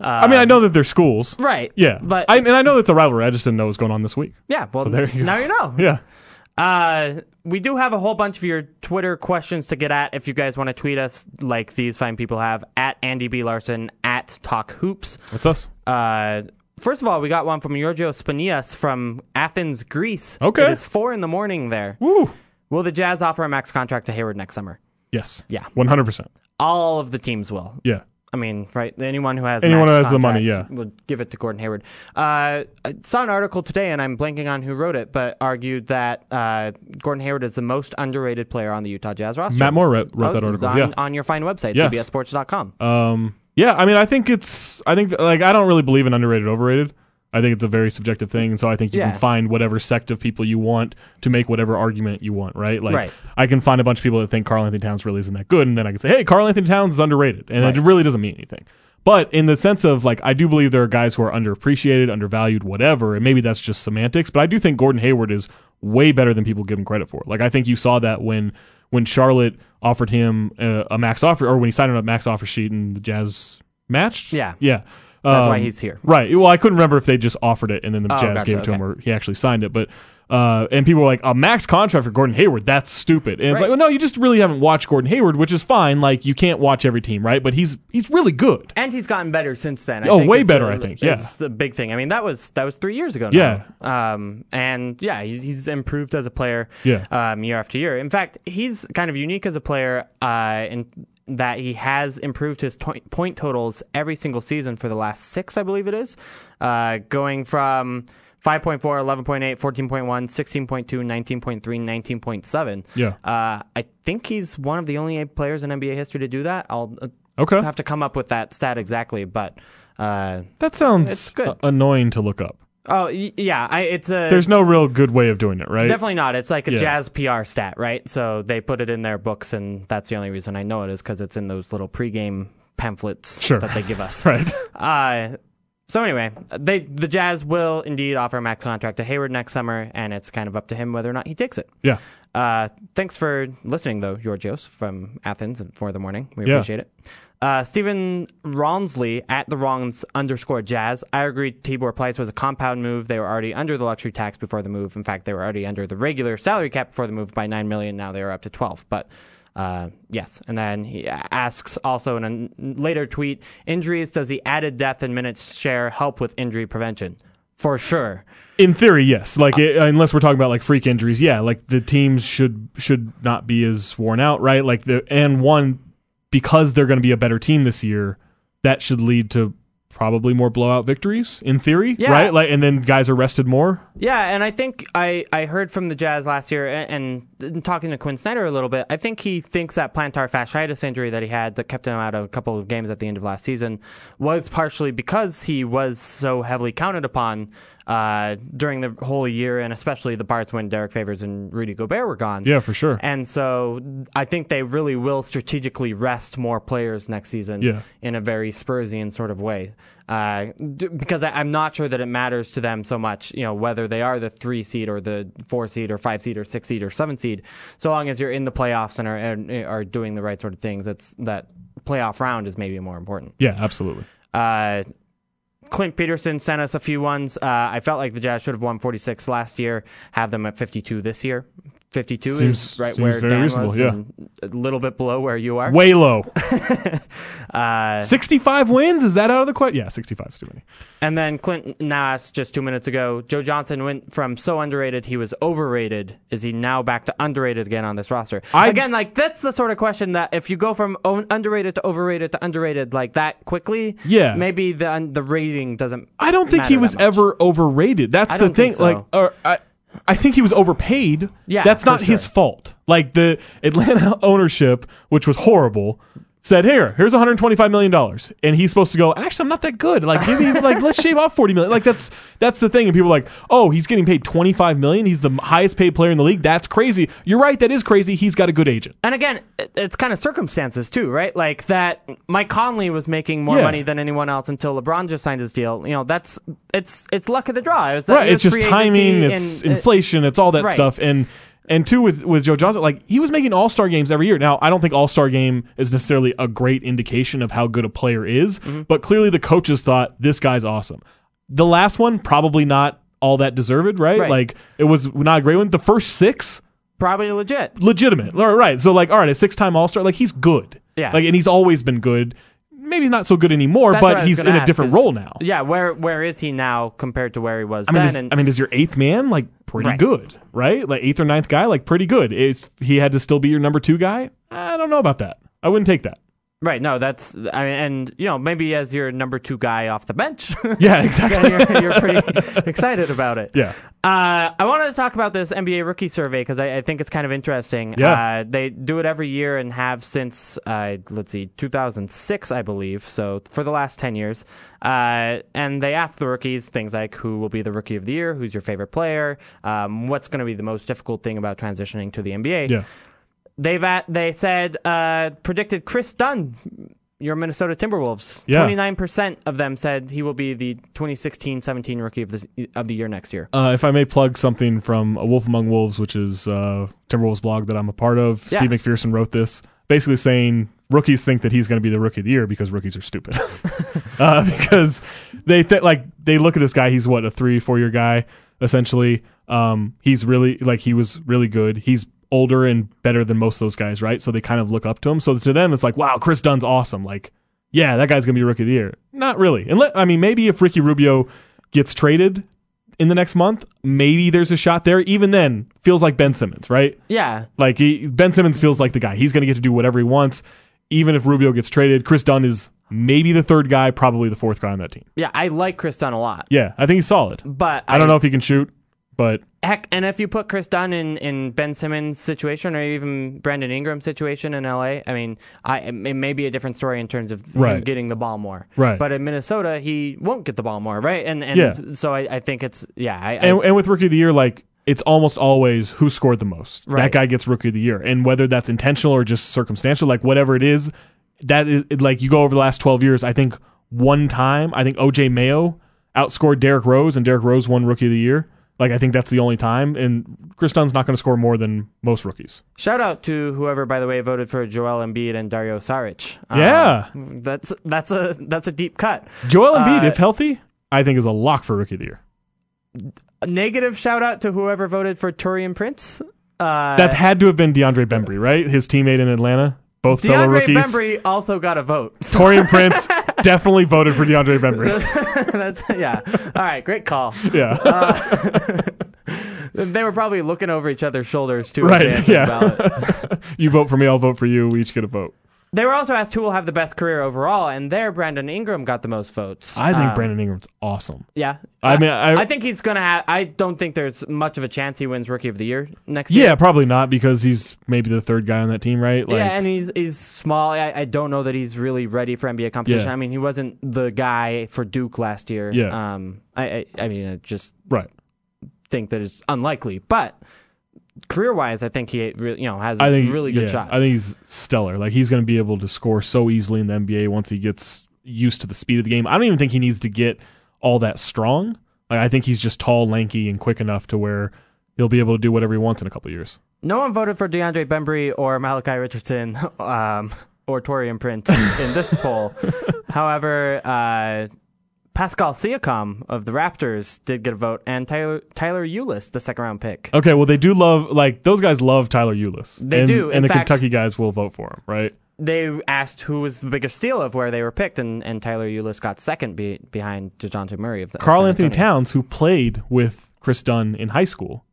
Uh, I mean, I know that they're schools. right? Yeah, but I, and I know that's a rivalry. I just didn't know what was going on this week. yeah. Well, there you go. now you know. Yeah, Uh, we do have a whole bunch of your Twitter questions to get at. If you guys want to tweet us, like these fine people have, at Andy B Larson, at Talk Hoops. that's us. Uh, first of all, we got one from Giorgio Spanias from Athens, Greece. Okay. it is four in the morning there. Woo. Will the Jazz offer a max contract to Hayward next summer? Yes. Yeah. One hundred percent. All of the teams will. Yeah. I mean, right? Anyone who has Anyone max who has the money, contract yeah. would give it to Gordon Hayward. Uh, I saw an article today, and I'm blanking on who wrote it, but argued that uh, Gordon Hayward is the most underrated player on the Utah Jazz roster. Matt Moore wrote, wrote that Oh, article. on, yeah. on your fine website, Yes. cbsports.com. Um, yeah, I mean, I think it's, I think, like, I don't really believe in underrated, overrated. I think it's a very subjective thing, and so I think you Yeah. can find whatever sect of people you want to make whatever argument you want, right? Like, Right. I can find a bunch of people that think Carl Anthony Towns really isn't that good, and then I can say, hey, Carl Anthony Towns is underrated, and it really doesn't mean anything. But in the sense of like, I do believe there are guys who are underappreciated, undervalued, whatever, and maybe that's just semantics. But I do think Gordon Hayward is way better than people give him credit for. Like, I think you saw that when when Charlotte offered him uh, a max offer, or when he signed on a max offer sheet, and the Jazz matched. Yeah. yeah. That's why Um, he's here. Right. Well, I couldn't remember if they just offered it and then the Oh, Jazz gotcha, gave it to him okay. or he actually signed it. But uh, and people were like, a max contract for Gordon Hayward, that's stupid. And it's Right. like, well, no, you just really haven't watched Gordon Hayward, which is fine. Like you can't watch every team, right? But he's he's really good. And he's gotten better since then. I Oh, think way is better, the- I think, yeah. is the big thing. I mean, that was that was three years ago. Yeah. Now. Um, and yeah, he's, he's improved as a player. Yeah. Um, year after year. In fact, he's kind of unique as a player. Uh, in that he has improved his to- point totals every single season for the last six, I believe it is. Uh, going from. 5.4, 11.8, 14.1, 16.2, 19.3, 19.7. Yeah. Uh, I think he's one of the only players in NBA history to do that. I'll uh, Okay. have to come up with that stat exactly, but uh, That sounds It's good. a- annoying to look up. oh y- yeah, I, it's a There's no real good way of doing it, right? definitely not. It's like a Yeah. jazz PR stat, right? So they put it in their books, and that's the only reason I know it is because it's in those little pregame pamphlets Sure. that they give us. (laughs) (laughs) Right. Uh, so anyway, they the Jazz will indeed offer a max contract to Hayward next summer, and it's kind of up to him whether or not he takes it. yeah. Uh, thanks for listening, though, Georgios from Athens and for the morning. We Yeah. appreciate it. Uh, Stephen Ronsley at the Wrongs underscore Jazz. I agree. Tibor Plyce was a compound move. They were already under the luxury tax before the move. In fact, they were already under the regular salary cap before the move by nine million. Now they are up to twelve. But uh, yes, and then he asks also in a n- later tweet: injuries. Does the added depth and minutes share help with injury prevention? For sure. In theory, yes. Like Uh, it, unless we're talking about like freak injuries, yeah. Like the teams should should not be as worn out, right? Like the and one because they're going to be a better team this year, that should lead to probably more blowout victories in theory, Yeah. right? Like and then guys are rested more. Yeah, and I think I, I heard from the Jazz last year and, and talking to Quinn Snyder a little bit. I think he thinks that plantar fasciitis injury that he had that kept him out of a couple of games at the end of last season was partially because he was so heavily counted upon uh, during the whole year and especially the parts when Derek Favors and Rudy Gobert were gone. Yeah, for sure. And so I think they really will strategically rest more players next season Yeah. in a very Spursian sort of way. Uh, d- because I, I'm not sure that it matters to them so much, you know, whether they are the three seed or the four seed or five seed or six seed or seven seed, so long as you're in the playoffs and are, and eh, are doing the right sort of things. That's that playoff round is maybe more important. Yeah, absolutely. Uh, Clint Peterson sent us a few ones. Uh, I felt like the Jazz should have won 46 last year, have them at 52 this year. 52 is Seems- right seems where very Dan reasonable, was, yeah. and a little bit below where you are. Way low. (laughs) Uh, Sixty-five wins is that out of the question? Yeah, sixty-five's too many. and then Clint now asked just two minutes ago. Joe Johnson went from so underrated he was overrated. Is he now back to underrated again on this roster? I- again, like that's the sort of question that if you go from o- underrated to overrated to underrated like that quickly, Yeah. maybe the un- the rating doesn't. I don't think he matter was that much. ever overrated. That's I the don't think thing. so. Like, or, I, I think he was overpaid. Yeah, that's for not his sure. fault. Like the Atlanta (laughs) ownership, which was horrible, said, "Here, here's 125 million dollars," and he's supposed to go. Actually, I'm not that good. Like, give me (laughs) like let's shave off 40 million. Like that's that's the thing. And people are like, "Oh, he's getting paid 25 million. He's the highest paid player in the league. That's crazy." You're right. That is crazy. He's got a good agent. And again, it- it's kind of circumstances too, right? Like that Mike Conley was making more Yeah. money than anyone else until LeBron just signed his deal. You know, that's it's it's luck of the draw. It was that right year's it's just free timing agency it's and- uh, inflation it's all that Right. stuff and and two with with joe johnson like he was making all-star games every year now i don't think all-star game is necessarily a great indication of how good a player is Mm-hmm. but clearly the coaches thought this guy's awesome the last one probably not all that deserved right, Right. like it was not a great one the first six probably legit. legitimate all right so like all right a six-time all-star like he's good Yeah. like and he's always been good maybe he's not so good anymore That's what I but was he's gonna in a ask different is- role now Yeah, where where is he now compared to where he was I mean, then? is, and I mean, is your eighth man like pretty Right. good, right? Like eighth or ninth guy, like pretty good. Is he had to still be your number two guy? I don't know about that. I wouldn't take that. (laughs) Right. No, that's I mean, and you know maybe as your number two guy off the bench. Yeah, (laughs) exactly. you're, you're pretty excited about it. Yeah. Uh, I wanted to talk about this NBA rookie survey because I, I think it's kind of interesting. Yeah. Uh, they do it every year and have since, uh, let's see, 2006, I believe. So for the last 10 years. Uh, and they ask the rookies things like who will be the rookie of the year, who's your favorite player, um, what's going to be the most difficult thing about transitioning to the NBA. Yeah. They've at, they said uh, predicted Chris Dunn, your Minnesota Timberwolves. Yeah. 29% of them said he will be the 2016-17 rookie of the of the year next year. Uh, if I may plug something from A Wolf Among Wolves, which is uh, Timberwolves blog that I'm a part of, Yeah. Steve McPherson wrote this, basically saying rookies think that he's going to be the rookie of the year because rookies are stupid. (laughs) uh, (laughs) because they th- like they look at this guy, he's what a three four year guy essentially. Um, he's really like he was really good. He's older and better than most of those guys, right? So they kind of look up to him. So to them, it's like, wow, Chris Dunn's awesome. Like, yeah, that guy's going to be rookie of the year. Not really. And let, I mean, maybe if Ricky Rubio gets traded in the next month, maybe there's a shot there. Even then, feels like Ben Simmons, right? Yeah. Like he, Ben Simmons feels like the guy. He's going to get to do whatever he wants, even if Rubio gets traded. Chris Dunn is maybe the third guy, probably the fourth guy on that team. Yeah, I like Chris Dunn a lot. Yeah, I think he's solid. But I don't know if he can shoot, but Heck, and if you put Chris Dunn in, in Ben Simmons' situation or even Brandon Ingram's situation in LA, I mean, I it may be a different story in terms of him Right. getting the ball more. Right. But in Minnesota, he won't get the ball more, right? And and Yeah. so I, I think it's yeah. I, and, I, and with rookie of the year, like it's almost always who scored the most. Right. That guy gets rookie of the year, and whether that's intentional or just circumstantial, like whatever it is, that is it- like you go over the last twelve years. I think one time, I think OJ Mayo outscored Derrick Rose, and Derrick Rose won rookie of the year. Like I think that's the only time, and Chris Dunn's not going to score more than most rookies. shout out to whoever, by the way, voted for Joel Embiid and Dario Saric. Um, Yeah. that's that's a that's a deep cut. Joel Embiid, Uh, if healthy, I think is a lock for rookie of the year. Negative shout out to whoever voted for Torian Prince. Uh, That had to have been DeAndre Bembry, right? His teammate in Atlanta, both fellow DeAndre rookies. Bembry (laughs) also got a vote. (laughs) So Torian Prince definitely voted for DeAndre (laughs) Bembry. (laughs) that's yeah. All right, great call. Yeah. Uh, They were probably looking over each other's shoulders too. Right, As they answered yeah. the (laughs) ballot. you vote for me, I'll vote for you. We each get a vote. They were also asked who will have the best career overall, and there Brandon Ingram got the most votes. I think Um, Brandon Ingram's awesome. Yeah. I mean, I- I think he's gonna have. I don't think there's much of a chance he wins Rookie of the Year next year. Yeah, probably not because he's maybe the third guy on that team, right? Like, yeah, and he's he's small. I, I don't know that he's really ready for NBA competition. Yeah. I mean, he wasn't the guy for Duke last year. Yeah. Um. I I, I mean, I just right. think that it's unlikely, but career wise, I think he really, you know has I think a really good yeah, shot. I think he's stellar. Like he's going to be able to score so easily in the NBA once he gets used to the speed of the game. I don't even think he needs to get all that strong. Like I think he's just tall, lanky, and quick enough to where he'll be able to do whatever he wants in a couple of years. No one voted for DeAndre Bembry or Malachi Richardson (laughs) um, or Torian (laughs) Prince in this poll. However, uh, Pascal Siakam of the Raptors did get a vote, and Tyler Tyler Eulis, the second round pick. Okay, well they do love like those guys love Tyler Eulis. They and, do. In and the fact- Kentucky guys will vote for him, right? They asked who was the biggest steal of where they were picked, and, and Tyler Eulis got second be, behind DeJounte Murray of the Carl San Anthony Antonio. Towns, who played with Chris Dunn in high school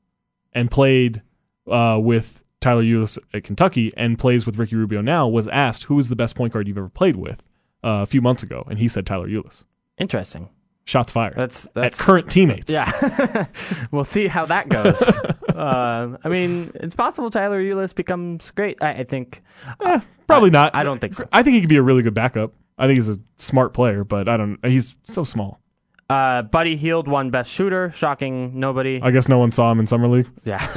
and played uh, with Tyler Eulis at Kentucky and plays with Ricky Rubio now, was asked, Who is the best point guard you've ever played with uh, a few months ago? And he said, Tyler Eulis. Interesting. Shots fired. That's that's at current teammates. Yeah, we'll see how that (laughs) goes. um, I mean, it's possible Tyler Ulis becomes great. I, I think. Probably not. I don't think so. I think he could be a really good backup. I think he's a smart player, but I don't. He's so small. Uh, Buddy Heald won Best Shooter. Shocking, nobody. I guess no one saw him in summer league. yeah.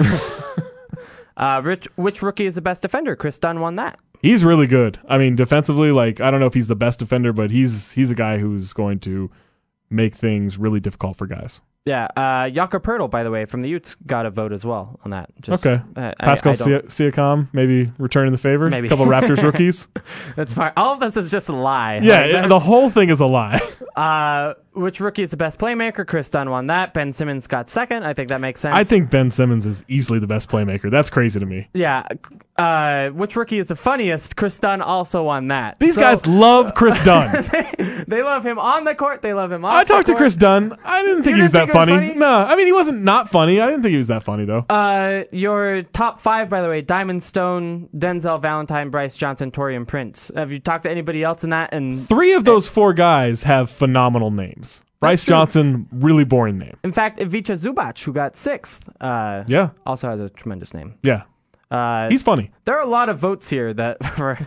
(laughs) (laughs) uh, Rich, which rookie is the best defender? Chris Dunn won that. He's really good. I mean, defensively, like I don't know if he's the best defender, but he's he's a guy who's going to make things really difficult for guys. Yeah. Uh, Jakob Pertl, by the way, from the Utes, got a vote as well on that. Just, Okay. uh, I- Pascal I don't- Si- Siakam maybe returning the favor. Maybe. A (laughs) couple Raptors rookies. That's fine. All of this is just a lie. yeah, Like, (laughs) it- the whole thing is a lie. uh, which rookie is the best playmaker? Chris Dunn won that. Ben Simmons got second. I think that makes sense. I think Ben Simmons is easily the best playmaker. That's crazy to me. Yeah. Uh, which rookie is the funniest? Chris Dunn also won that. These So, guys (laughs) love Chris Dunn. they love him on the court. They love him off. I the talked to court. Chris Dunn. I didn't think didn't he was think that it was funny. funny? No, I mean he wasn't not funny. I didn't think he was that funny though. Uh, your top five, by the way: Diamond Stone, Denzel Valentine, Bryce Johnson, Torian Prince. Have you talked to anybody else in that? And Three of those four guys have phenomenal names. Bryce true. Johnson, really boring name. in fact, Ivica Zubac, who got sixth, uh, Yeah, also has a tremendous name. yeah. Uh, He's funny. there are a lot of votes here that (laughs) for.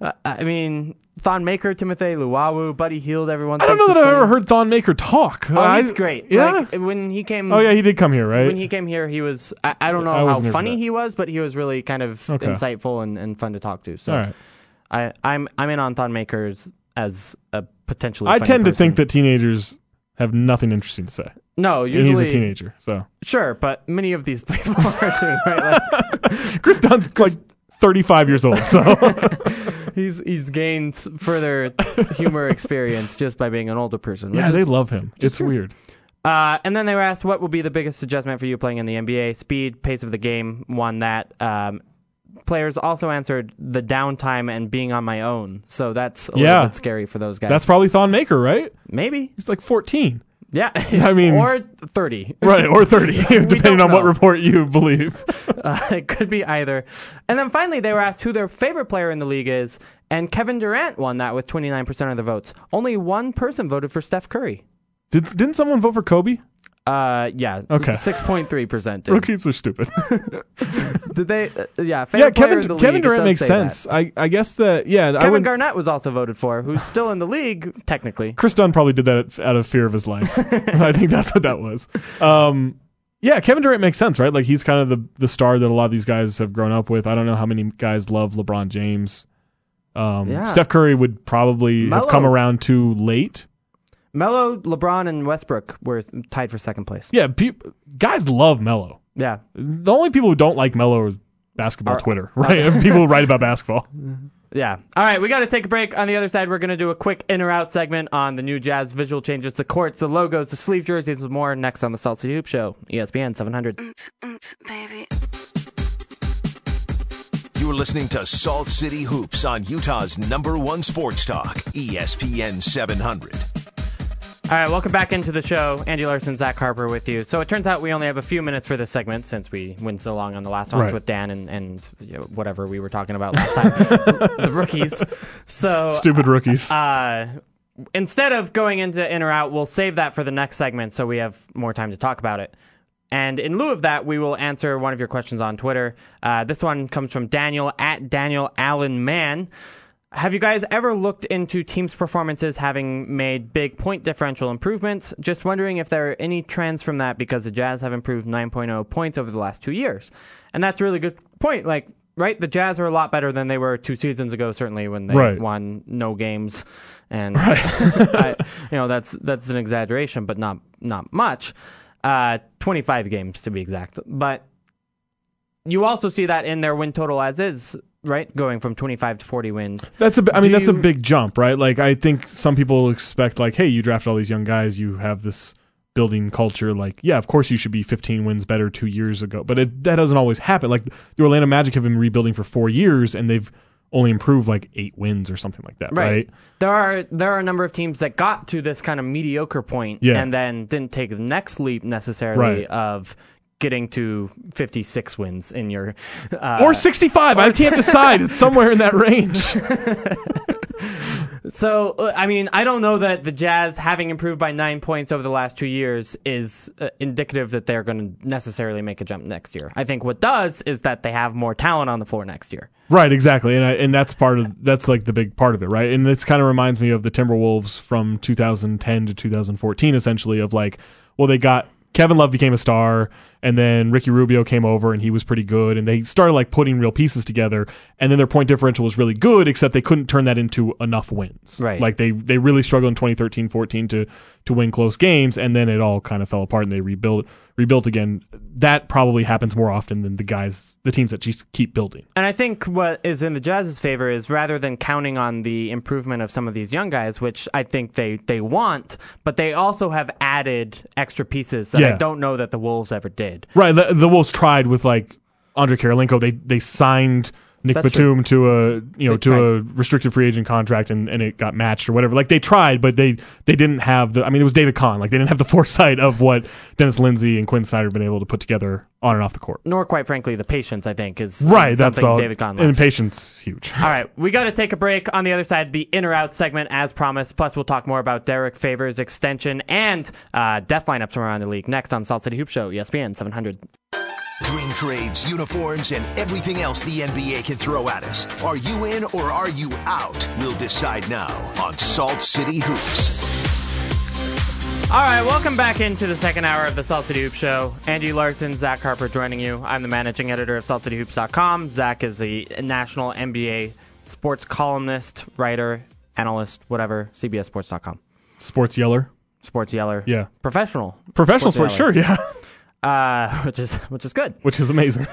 Uh, I mean, Thon Maker, Timothy Luwawu, Buddy Heald. Everyone. I don't know thinks that is I've funny. ever heard Thon Maker talk. Oh, I- he's great. Yeah. Like, when he came. oh yeah, he did come here, right? when he came here, he was. I, I don't know I how wasn't here for funny that. he was, but he was really kind of Okay. insightful and, and fun to talk to. So All right. I, I'm I'm in on Thon Makers as a potentially. I funny tend to person. think that teenagers have nothing interesting to say. no, And usually he's a teenager, (laughs) so sure, but many of these (laughs) people are doing right. Like, Chris Dunn's like 35 years old. (laughs) So he's he's gained (laughs) further humor experience just by being an older person. which yeah, is- they love him. It's weird. Uh, and then they were asked, what will be the biggest adjustment for you playing in the NBA? Speed, pace of the game, won that. Um, players also answered the downtime and being on my own. So that's a little Yeah. bit scary for those guys. That's probably Thon Maker, right? Maybe. He's like 14. Yeah. (laughs) I (laughs) mean- or 30. Right, or 30, depending don't on what know. report you believe. Uh, (laughs) it could be either. And then finally, they were asked who their favorite player in the league is. And Kevin Durant won that with 29% of the votes. Only one person voted for Steph Curry. Did, didn't someone vote (laughs) for Kobe? Uh, yeah. Okay. 6.3%. Did. Rookies are stupid. Did they? Uh, yeah. yeah, favorite player Kevin in the Kevin league, it Durant does makes say that. sense. I, I guess that, yeah. I Kevin would, Garnett was also voted for, who's still in the league technically. Chris Dunn probably did that out of fear of his (laughs) life. I think that's what that was. Um, yeah, Kevin Durant makes sense, right? Like he's kind of the the star that a lot of these guys have grown up with. I don't know how many guys love LeBron James. Um, Yeah. Steph Curry would probably Melo. have come around too late. Melo, LeBron, and Westbrook were tied for second place. Yeah, peop guys love Melo. Yeah, The only people who don't like Melo is basketball Are- Twitter, right? (laughs) people who write about basketball. yeah. All right, we got to take a break. On the other side, we're going to do a quick in or out segment on the new Jazz visual changes, the courts, the logos, the sleeve jerseys, and more. Next on the Salt City Hoop Show, E ESPN 700. Oops, oops, baby. You're listening to Salt City Hoops on Utah's number one sports talk, E ESPN 700. All right, welcome back into the show. Andy Larson, Zach Harper with you. So it turns out we only have a few minutes for this segment since we went so long on the last one Right. with Dan and, and you know, whatever we were talking about last (laughs) time, the rookies. So Stupid rookies. uh, instead of going into in or out, we'll save that for the next segment so we have more time to talk about it. And in lieu of that, we will answer one of your questions on Twitter. Uh, this one comes from Daniel at Daniel Allen Mann. Have you guys ever looked into teams' performances having made big point differential improvements? Just wondering if there are any trends from that because the Jazz have improved 9.0 points over the last two years. And that's a really good point. Like, right? The Jazz are a lot better than they were two seasons ago, certainly when they Right. won no games. And, (laughs) I, you know, that's, that's an exaggeration, but not, not much. Uh, 25 games to be exact. But you also see that in their win total as is, right? Going from 25 to 40 wins. That's a. bi- I mean, Do that's a you- big jump, right? Like, I think some people expect, like, hey, you draft all these young guys, you have this building culture. Like, yeah, of course you should be 15 wins better two years ago, but it, that doesn't always happen. Like, the Orlando Magic have been rebuilding for four years, and they've only improved like eight wins or something like that, right? There are there are a number of teams that got to this kind of mediocre point Yeah. and then didn't take the next leap necessarily Right. of getting to 56 wins in your uh, Or 65. (laughs) I can't decide. It's somewhere in that range. So, uh, I mean, I don't know that the Jazz having improved by nine points over the last two years is uh, indicative that they're going to necessarily make a jump next year. I think what does is that they have more talent on the floor next year. Right, exactly, and I, and that's part of that's like the big part of it, right? And this kind of reminds me of the Timberwolves from 2010 to 2014, essentially, of like, well, they got Kevin Love became a star, And then Ricky Rubio came over and he was pretty good. And they started like putting real pieces together. And then their point differential was really good, except they couldn't turn that into enough wins. Right. Like they, they really struggled in 2013 14 to, to win close games. And then it all kind of fell apart and they rebuilt, rebuilt again. That probably happens more often than the guys, the teams that just keep building. And I think what is in the Jazz's favor is rather than counting on the improvement of some of these young guys, which I think they, they want, but they also have added extra pieces that I Yeah. don't know that the Wolves ever did. Right. The, the Wolves tried with like Andre Karolinko. They they signed Nick That's Batum to a you know They to a restricted free agent contract and, and it got matched or whatever. Like they tried, but they they didn't have the. I mean, it was David Kahn. Like they didn't have the (laughs) foresight of what Dennis Lindsey and Quinn Snyder have been able to put together on and off the court. Nor, quite frankly, the patience, I think, is Right. something That's all. David Conlon. and patience huge. All right, we got to take a break. On the other side, the in or out segment, as promised. Plus, we'll talk more about Derek Favors' extension and uh, death lineups from around the league next on Salt City Hoop Show, E ESPN 700. Dream trades, uniforms, and everything else the NBA can throw at us. Are you in or are you out? We'll decide now on Salt City Hoops. All right, welcome back into the second hour of the Salt City Hoop Show. Andy Larson, Zach Harper joining you. I'm the managing editor of saltcityhoops.com. Zach is the national NBA sports columnist, writer, analyst, whatever, CBSSports.com. Sports yeller. Sports yeller. Yeah. Professional, Professional Sports sports, sure, yeah, (laughs) uh, (laughs) which is which is good. which is amazing.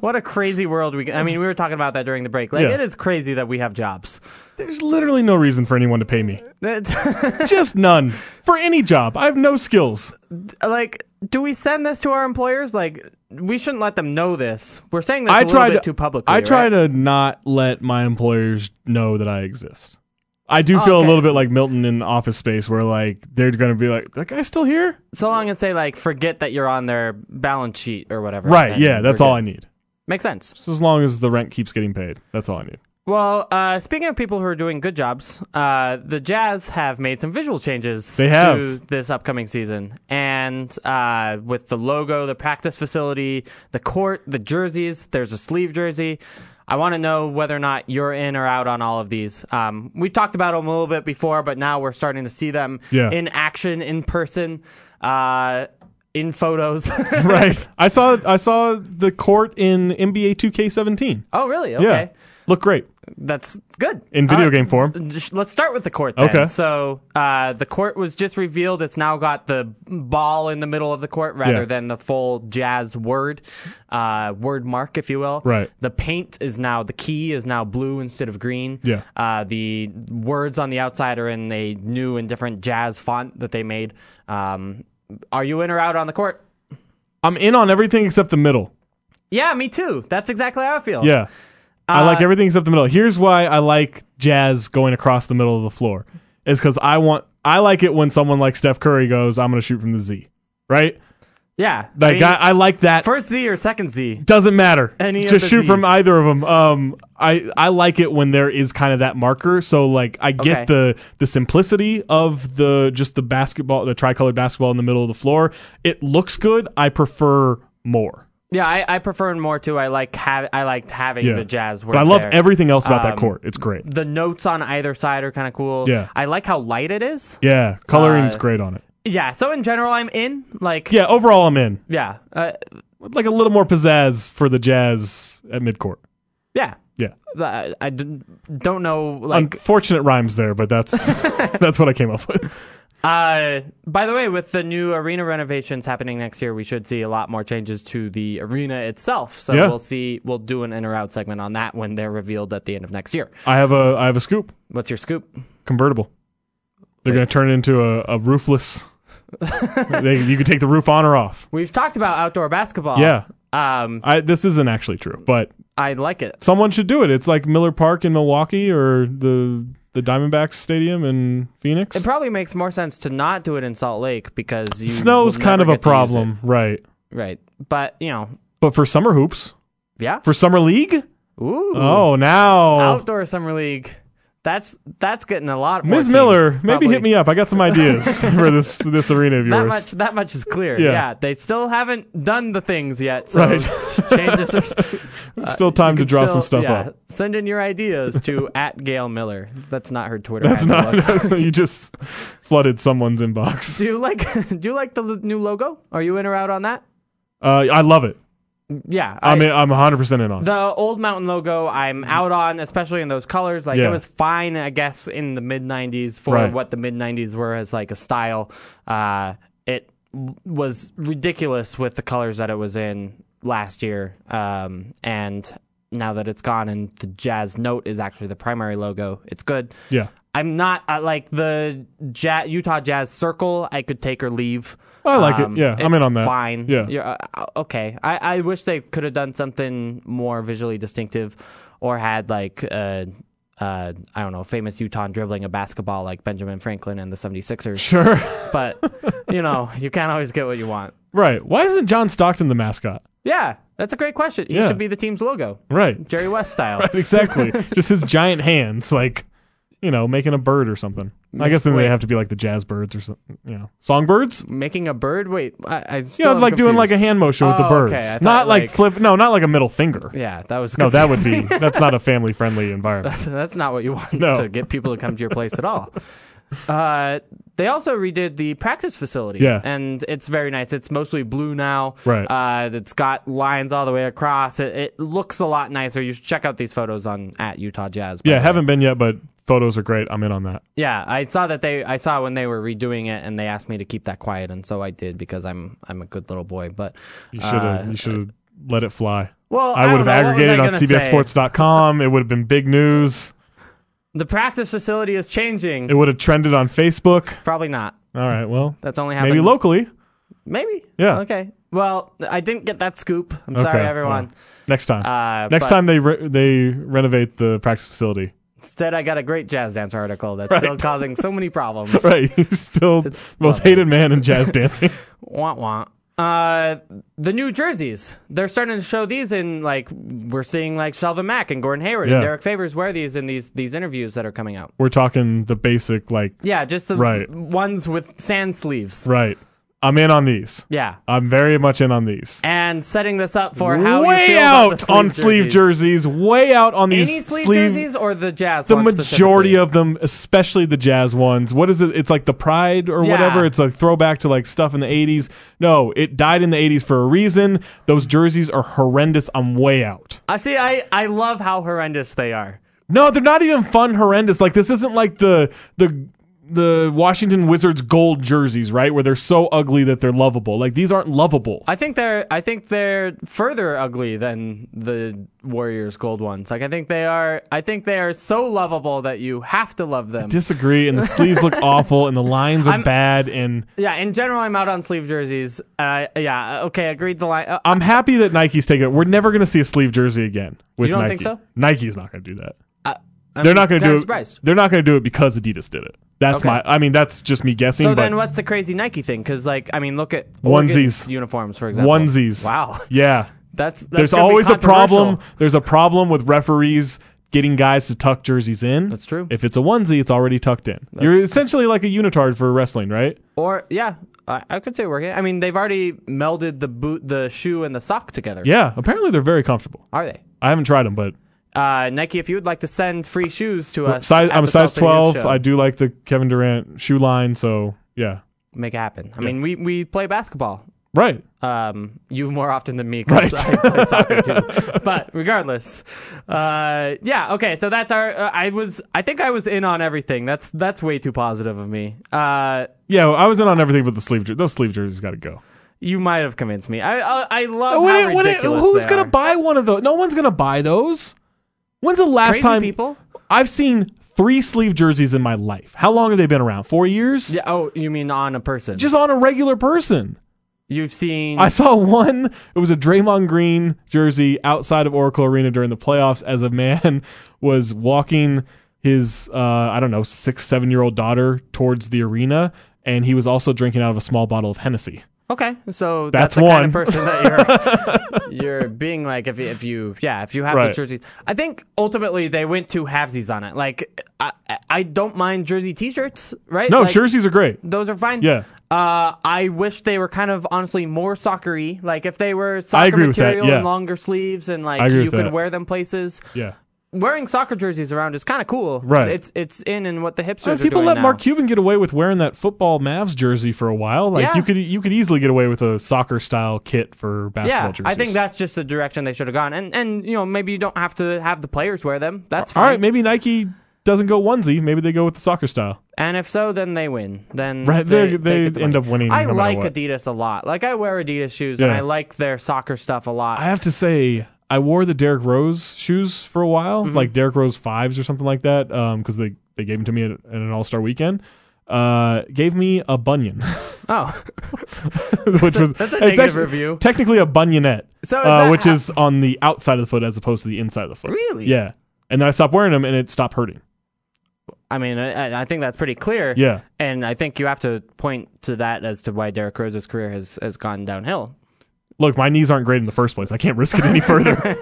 What a crazy world we. I mean, we were talking about that during the break. Like, Yeah. it is crazy that we have jobs. There's literally no reason for anyone to pay me, It's- just none for any job. I have no skills. (laughs) like, do we send this to our employers? Like, we shouldn't let them know this. We're saying this a I little try bit to too publicly. I try right? to not let my employers know that I exist. I do feel Okay. a little bit like Milton in Office Space, where like they're gonna be like, "That guy's still here?" So long as they like forget that you're on their balance sheet or whatever. Right? then Yeah, that's we're all good. I need. Makes sense. Just as long as the rent keeps getting paid, that's all (laughs) I need. Well, uh, speaking of people who are doing good jobs, uh, the Jazz have made some visual changes They have. to this upcoming season. And uh, with the logo, the practice facility, the court, the jerseys, there's a sleeve jersey. I want to know whether or not you're in or out on all of these. Um, we talked about them a little bit before, but now we're starting to see them Yeah. in action, in person, uh, in (laughs) photos. (laughs) right? I saw I saw the court in NBA 2K17. oh, really? Okay. Yeah, look great. That's good. In video All game form. s- Let's start with the court then. Okay. So uh, the court was just revealed. It's now got the ball in the middle of the court rather Yeah. than the full jazz word, uh, word mark, if you will. Right. The paint is now, the key is now blue instead of green. Yeah. Uh, the words on the outside are in a new and different jazz font that they made. Um, are you in or out on the court? I'm in on everything except the middle. Yeah, me too. That's exactly how I feel. Yeah. I like Uh, everything except the middle. Here's why I like Jazz going across the middle of the floor. Is because I want I like it when someone like Steph Curry goes, I'm gonna shoot from the Z. Right? Yeah. I Like I, mean, I, like that. first Z or second Z? Doesn't matter. Any of Just the shoot Zs. from either of them. Um, I I like it when there is kind of that marker. So like I get Okay. the the simplicity of the just the basketball, the tricolored basketball in the middle of the floor. It looks good. I prefer more. Yeah, I, I prefer it more too. I like ha- I liked having Yeah. the jazz. Word But I love there. everything else about that Um, court. It's great. The notes on either side are kind of cool. Yeah. I like how light it is. Yeah, coloring's uh, great on it. Yeah. So in general, I'm in. Like. Yeah, overall I'm in. Yeah. Uh, Like a little more pizzazz for the Jazz at midcourt. yeah. Yeah. The- I, I d- don't know. Like. Unfortunate rhymes there, (laughs) but that's that's what I came up with. Uh, by the way, with the new arena renovations happening next year, we should see a lot more changes to the arena itself. So Yeah. we'll see. We'll do an in or out segment on that when they're revealed at the end of next year. I have a I have a scoop What's your scoop? convertible. They're going to turn it into a, (laughs) a roofless. they, you can take the roof on or off. We've talked about outdoor basketball. Yeah, Um, I, this isn't actually true, but I like it. someone should do it. It's like Miller Park in Milwaukee or the the Diamondbacks Stadium in Phoenix. It probably makes more sense to not do it in Salt Lake because you Snow's will kind of never a get to use problem, right? it. right? But you know, But for summer hoops, yeah. for summer league, Ooh, Oh, now outdoor summer league. That's that's getting a lot. More Ms. teams, Miller, maybe probably. hit me up. I got (laughs) some ideas for this this arena of yours. That much, that much is clear. Yeah. Yeah. they still haven't done the things yet. So Right. (laughs) changes (laughs) are It's Still time to draw some stuff yeah, up. (laughs) Send in your ideas to at Gail Miller. That's not her Twitter. That's handle. not (laughs) you just flooded someone's inbox. (laughs) Do you like (laughs) do you like the l- new logo? Are you in or out on that? Uh, I love it. Yeah, I mean, I'm 100 percent in on. it. the old Mountain logo I'm out on, especially in those colors. Like Mm-hmm. Yeah. it was fine, I guess, in the mid '90s for Right. what the mid '90s were as like a style. Uh, it w- was ridiculous with the colors that it was in last year, um, and now that it's gone and the Jazz note is actually the primary logo, it's good. Yeah. I'm not uh, like the ja- Utah Jazz circle. I could take or leave. Um, I like it. Yeah, I'm in it's on that. Fine. Yeah. You're, uh, uh, okay. I, I wish they could have done something more visually distinctive, or had like uh, uh, I don't know, famous Utah dribbling a basketball like Benjamin Franklin and the 76ers. Sure. (laughs) but you know, you can't always get what you want. right. Why isn't John Stockton the mascot? Yeah, that's a great question. He Yeah. should be the team's logo, Right. (laughs) Jerry West style. Right, exactly. Just his giant hands, like you know, making a bird or something. I guess then Wait. they have to be like the jazz birds or something. You know, songbirds. Making a bird. Wait, I, I still Yeah, am like doing like a confused. hand motion with the Oh, birds, okay. I thought, not like, like- flip. No, not like a middle finger. Yeah, that was No, that would (laughs) be. That's not a family friendly environment. So that's not what you want No. to get people to come to your place at all. Uh, they also redid the practice facility, Yeah. and it's very nice. It's mostly blue now. Right. Uh, it's got lines all the way across. It, it looks a lot nicer. You should check out these photos on at Utah Jazz. by Yeah, the way. haven't been yet, but photos are great. I'm in on that. Yeah, I saw that they. I saw when they were redoing it, and they asked me to keep that quiet, and so I did because I'm I'm a good little boy. But You should have. you should have let it fly. Uh, well, I would have aggregated on CBS CBSSports.com. It would have been big news. The practice facility is changing. It would have trended on Facebook. Probably not. All right. Well, That's only happening. maybe locally. Maybe. Yeah. Okay. Well, I didn't get that scoop. I'm sorry, Okay, everyone. well, next time. Uh, Next but time they re- they renovate the practice facility. Instead, I got a great jazz dance article that's Right. still causing so many problems. (laughs) Right, he's still It's most lovely. hated man (laughs) in jazz dancing. Wah wah. Uh, the new jerseys. They're starting to show these in like we're seeing like Shelvin Mack and Gordon Hayward and Yeah. Derek Favors wear these in these these interviews that are coming out. We're talking the basic like Yeah, just the Right. ones with sand sleeves. right. I'm in on these. Yeah. I'm very much in on these. And setting this up for how you way feel about out the on sleeve jerseys. Way out on these Any sleeve, sleeve- jerseys or the jazz? The ones majority specifically? of them, especially the jazz ones. What is it? It's like the pride or Yeah. whatever. It's a throwback to like stuff in the 80s. No, it died in the 80s for a reason. Those jerseys are horrendous. I'm way out. I Uh, see. I I love how horrendous they are. No, they're not even fun. Horrendous. Like this isn't like the the the Washington Wizards gold jerseys, right? Where they're so ugly that they're lovable. Like these aren't lovable. I think they're I think they're further ugly than the Warriors gold ones. Like I think they are I think they are so lovable that you have to love them. Disagree. And the (laughs) sleeves look awful, and the lines are bad. And yeah, in general I'm out on sleeve jerseys. Uh, yeah, okay, agreed the line. Uh, I'm happy that Nike's taking it. We're never going to see a sleeve jersey again. With You don't Nike. think so? Nike's not going to do that. I'm They're not going to kinda do it. surprised. They're not going to do it because Adidas did it. That's Okay. my. I mean, that's just me guessing. So but then what's the crazy Nike thing cuz like I mean look at Onesies. Oregon's uniforms for example. onesies? Wow. (laughs) Yeah. That's, that's There's gonna be always a problem. controversial. There's a problem with referees getting guys to tuck jerseys in. That's true. If it's a onesie, it's already tucked in. You're essentially like a unitard for wrestling, right? Or yeah, I, I could say working. I mean they've already melded the boot the shoe and the sock together. Yeah. Apparently, they're very comfortable. Are they? I haven't tried them, but Uh, Nike, if you would like to send free shoes to us, size, at I'm a the size South City Youth 12. Show, I do like the Kevin Durant shoe line, so yeah. make it happen. I mean, we, we play basketball. Right. Um, you more often than me, 'cause Right. (laughs) I play soccer too. But regardless, uh, yeah, okay. So that's our. Uh, I was. I think I was in on everything. That's that's way too positive of me. Uh, Yeah, I was in on everything but the sleeve. Jer- those sleeve jerseys got to go. you might have convinced me. I uh, I, I love What how Oh, it- what it- ridiculous who's they gonna are. buy one of those? No one's gonna buy those. When's the last Crazy time people? I've seen three sleeve jerseys in my life? How long have they been around? Four years? Yeah. Oh, you mean on a person? Just on a regular person. you've seen. I saw one. It was a Draymond Green jersey outside of Oracle Arena during the playoffs as a man (laughs) was walking his, uh, I don't know, six, seven year old daughter towards the arena. And he was also drinking out of a small bottle of Hennessy. Okay, so That's that's, the kind one. of person that you're (laughs) you're being like if you, if you yeah if you have Right. the jerseys. I think ultimately they went to halvesies on it. Like I I don't mind jersey t-shirts, right? No, Like, jerseys are great. Those are fine. Yeah. Uh, I wish they were kind of honestly more soccery. Like if they were soccer agree with that, material yeah. and longer sleeves and like agree you with could that. wear them places. Yeah. wearing soccer jerseys around is kind of cool. Right. It's it's in and what the hipsters I mean, are people doing let now. Mark Cuban get away with wearing that football Mavs jersey for a while. Like Yeah. you could you could easily get away with a soccer style kit for basketball yeah, jerseys. I think that's just the direction they should have gone. And and you know maybe you don't have to have the players wear them. That's all fine. right. Maybe Nike doesn't go onesie. Maybe they go with the soccer style. And if so, then they win. Then Right, they, they- they get the end money. up winning I no like matter what. Adidas a lot. Like I wear Adidas shoes, and Yeah. I like their soccer stuff a lot. I have to say, I wore the Derrick Rose shoes for a while, Mm-hmm. like Derrick Rose fives or something like that, because they they gave them to me at, at an All Star weekend. Uh, gave me a bunion, (laughs) oh, (laughs) which a- was that's a it's negative actually- review. Technically a bunionette, So is uh, that which how- is on the outside of the foot as opposed to the inside of the foot. Really? Yeah. And then I stopped wearing them, and it stopped hurting. I mean, I, I think that's pretty clear. Yeah. And I think you have to point to that as to why Derrick Rose's career has, has gone downhill. Look, my knees aren't great in the first place. I can't risk (laughs) it any further.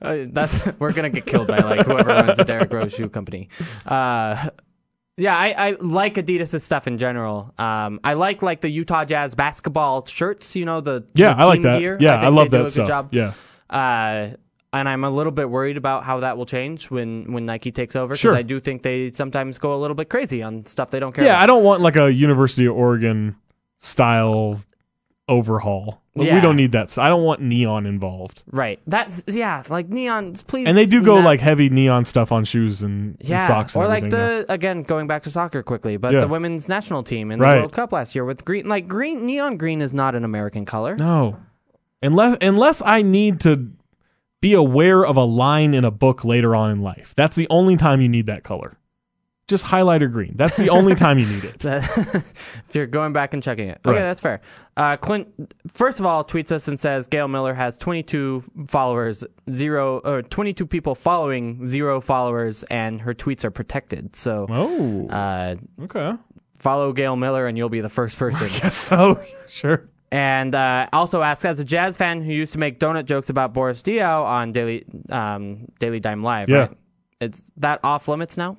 Uh, that's (laughs) we're gonna get killed by like whoever runs the Derrick Rose shoe company. Uh, yeah, I, I like Adidas' stuff in general. Um, I like like the Utah Jazz basketball shirts. You know the yeah, the I like team that. Gear. Yeah, I, think love they do that a stuff. Good job. Yeah. Uh, and I'm a little bit worried about how that will change when, when Nike takes over because Sure. I do think they sometimes go a little bit crazy on stuff they don't care. Yeah, about. I don't want like a University of Oregon style overhaul. Like, Yeah. We don't need that. So I don't want neon involved. right. That's yeah, like neons, please. And they do go not- like heavy neon stuff on shoes and, and yeah, socks and or like everything. though. the again going back to soccer quickly, but Yeah. the women's national team in the Right. World Cup last year with green, like green neon green is not an American color. no, unless unless I need to be aware of a line in a book later on in life. That's the only time you need that color. Just highlighter green. That's the (laughs) only time you need (laughs) it. if you're going back and checking it. Okay, Right. that's fair. Uh, Clint, first of all, tweets us and says Gail Miller has 22 followers, zero, or 22 people following, zero followers, and her tweets are protected. So Oh, uh, okay. (laughs) follow Gail Miller and you'll be the first person. Guess so. Sure. And uh, also asks, as a jazz fan who used to make donut jokes about Boris Dio on Daily um, Daily Dime Live, Yeah. right? It's that off limits now.